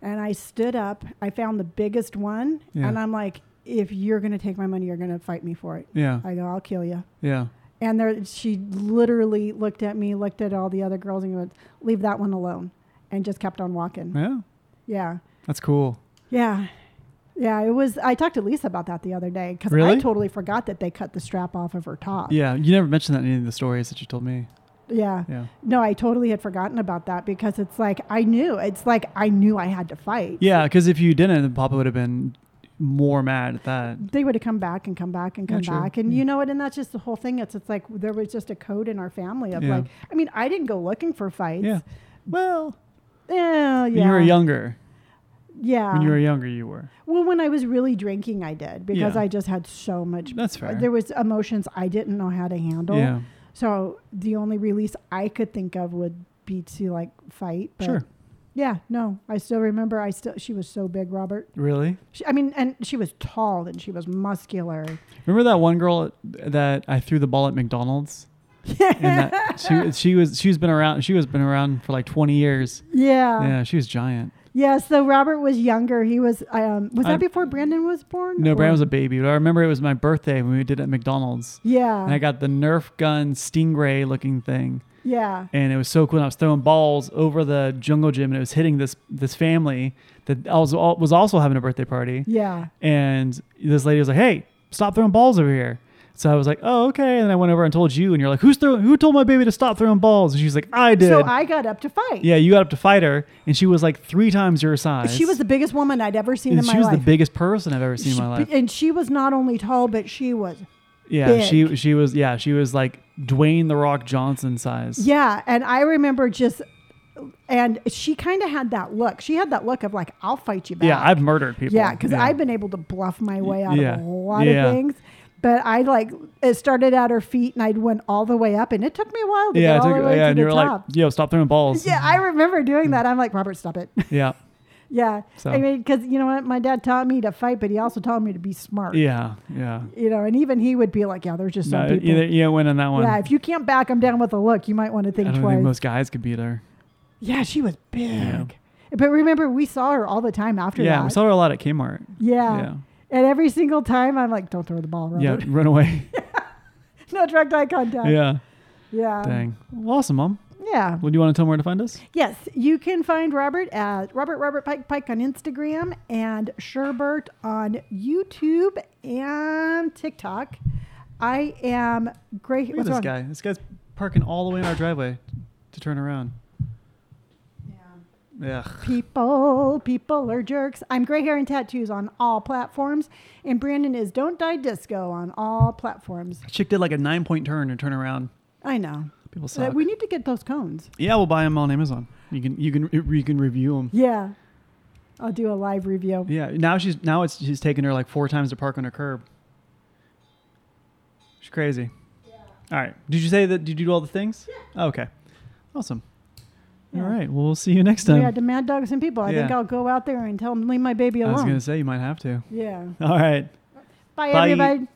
S3: and I stood up. I found the biggest one,
S1: Yeah.
S3: and I'm like, "If you're gonna take my money, you're gonna fight me for it."
S1: Yeah.
S3: I go, "I'll kill you."
S1: Yeah.
S3: And there, she literally looked at me, looked at all the other girls, and went, "Leave that one alone," and just kept on walking.
S1: Yeah.
S3: Yeah,
S1: That's cool.
S3: yeah, yeah. It was. I talked to Lisa about that the other day because I
S1: Really?
S3: totally forgot that they cut the strap off of her top.
S1: Yeah. You never mentioned that in any of the stories that you told me.
S3: yeah.
S1: Yeah.
S3: No, I totally had forgotten about that because it's like I knew. It's like I knew I had to fight.
S1: Yeah. Because if you didn't, then Papa would have been more mad at that.
S3: They would have come back and come back and
S1: Yeah,
S3: come
S1: true.
S3: back. And
S1: Yeah.
S3: you know what? And that's just the whole thing. It's it's like there was just a code in our family of
S1: Yeah.
S3: like I mean, I didn't go looking for fights.
S1: Yeah.
S3: Well, yeah,
S1: When you were
S3: yeah.
S1: younger.
S3: Yeah.
S1: When you were
S3: Um,
S1: younger, you were.
S3: well, when I was really drinking, I did because
S1: Yeah.
S3: I just had so much.
S1: That's fair.
S3: uh, There was emotions I didn't know how to handle.
S1: Yeah.
S3: So the only release I could think of would be to like fight. But
S1: Sure.
S3: Yeah, no, I still remember. I still she was so big, Robert.
S1: Really?
S3: She, I mean, and she was tall and she was muscular.
S1: Remember that one girl that I threw the ball at McDonald's? and that she she was she's been around she was been around for like 20 years.
S3: Yeah. yeah,
S1: yeah, she was giant.
S3: So Robert was younger. He was. Um, was that
S1: I-
S3: before Brandon was born?
S1: No, Brand was
S3: Or-
S1: a baby, but I remember it was my birthday when we did it at McDonald's.
S3: Yeah.
S1: And I got the Nerf gun stingray looking thing.
S3: yeah.
S1: and it was so cool. And I was throwing balls over the jungle gym, and it was hitting this this family that I was al- was also having a birthday party.
S3: Yeah.
S1: And this lady was like, "Hey, stop throwing balls over here." So I was like, "Oh, okay." And I went over and told you, and you're like, "Who's throw- Who told my baby to stop throwing balls?" And she's like, "I did."
S3: So I got up to fight.
S1: yeah, you got up to fight her, and she was like three times your size.
S3: She was the biggest woman I'd ever seen
S1: and
S3: in my
S1: she was
S3: life.
S1: the biggest person I've ever seen
S3: She-
S1: in my life.
S3: And she was not only tall, but she was.
S1: Yeah,
S3: big.
S1: she she was yeah she was like Dwayne the Rock Johnson size.
S3: Yeah, and I remember just. And she kind of had that look. She had that look of like, I'll fight you back.
S1: yeah, I've murdered people.
S3: Yeah, because I've been able to bluff my way out
S1: yeah,
S3: of a lot
S1: yeah.
S3: of things. But I like it started at her feet, and I'd went all the way up, and it took me a while to
S1: yeah, I
S3: get all
S1: took-
S3: the way
S1: yeah,
S3: to
S1: and
S3: the
S1: you were
S3: top.
S1: like, yo, stop throwing balls.
S3: yeah, I remember doing that. I'm like, Robert, stop it.
S1: Yeah.
S3: yeah,
S1: So-
S3: I mean, because you know what, my dad taught me to fight, but he also taught me to be smart.
S1: Yeah. Yeah.
S3: you know, and even he would be like, yeah, there's just
S1: No,
S3: some people.
S1: either, yeah, win on that one.
S3: yeah, if you can't back them down with a look, you might want
S1: I
S3: to think
S1: don't
S3: twice.
S1: think most guys could beat her.
S3: yeah, she was big. But remember, we saw her all the time after
S1: yeah,
S3: that.
S1: we saw her a lot at Kmart.
S3: yeah.
S1: yeah.
S3: And every single time, I'm like, don't throw the ball,
S1: Yeah,
S3: Robert.
S1: run away.
S3: no direct eye contact.
S1: yeah.
S3: Yeah.
S1: Dang. Well, awesome, Mom.
S3: Yeah.
S1: Well, do you want to tell them where to find us?
S3: Yes, you can find Robert at Robert Robert Pike Pike on Instagram and Sherbert on YouTube and TikTok. I am great.
S1: Look at this guy. This guy's parking all the way in our driveway to turn around. Yeah.
S3: People, people are jerks. I'm gray hair and tattoos on all platforms, and Brandon is don't die disco on all platforms.
S1: Chick did like a nine point turn and turn around.
S3: I know.
S1: People
S3: Uh,
S1: suck.
S3: we need to get those cones.
S1: yeah, we'll buy them on Amazon. You can you can you can review them.
S3: Yeah, I'll do a live review.
S1: Yeah. Now she's now it's she's taken her like four times to park on her curb. She's crazy. All right. Did you say that? Did you do all the things? Yeah. Okay. Awesome.
S3: Yeah.
S1: All right. Well, we'll see you next
S3: We
S1: time.
S3: had the mad dogs and people. I think
S1: Yeah.
S3: I'll go out there and tell them leave my baby
S1: I was
S3: alone.
S1: gonna say you might have to.
S3: Yeah.
S1: All right.
S3: Bye,
S1: Bye.
S3: everybody.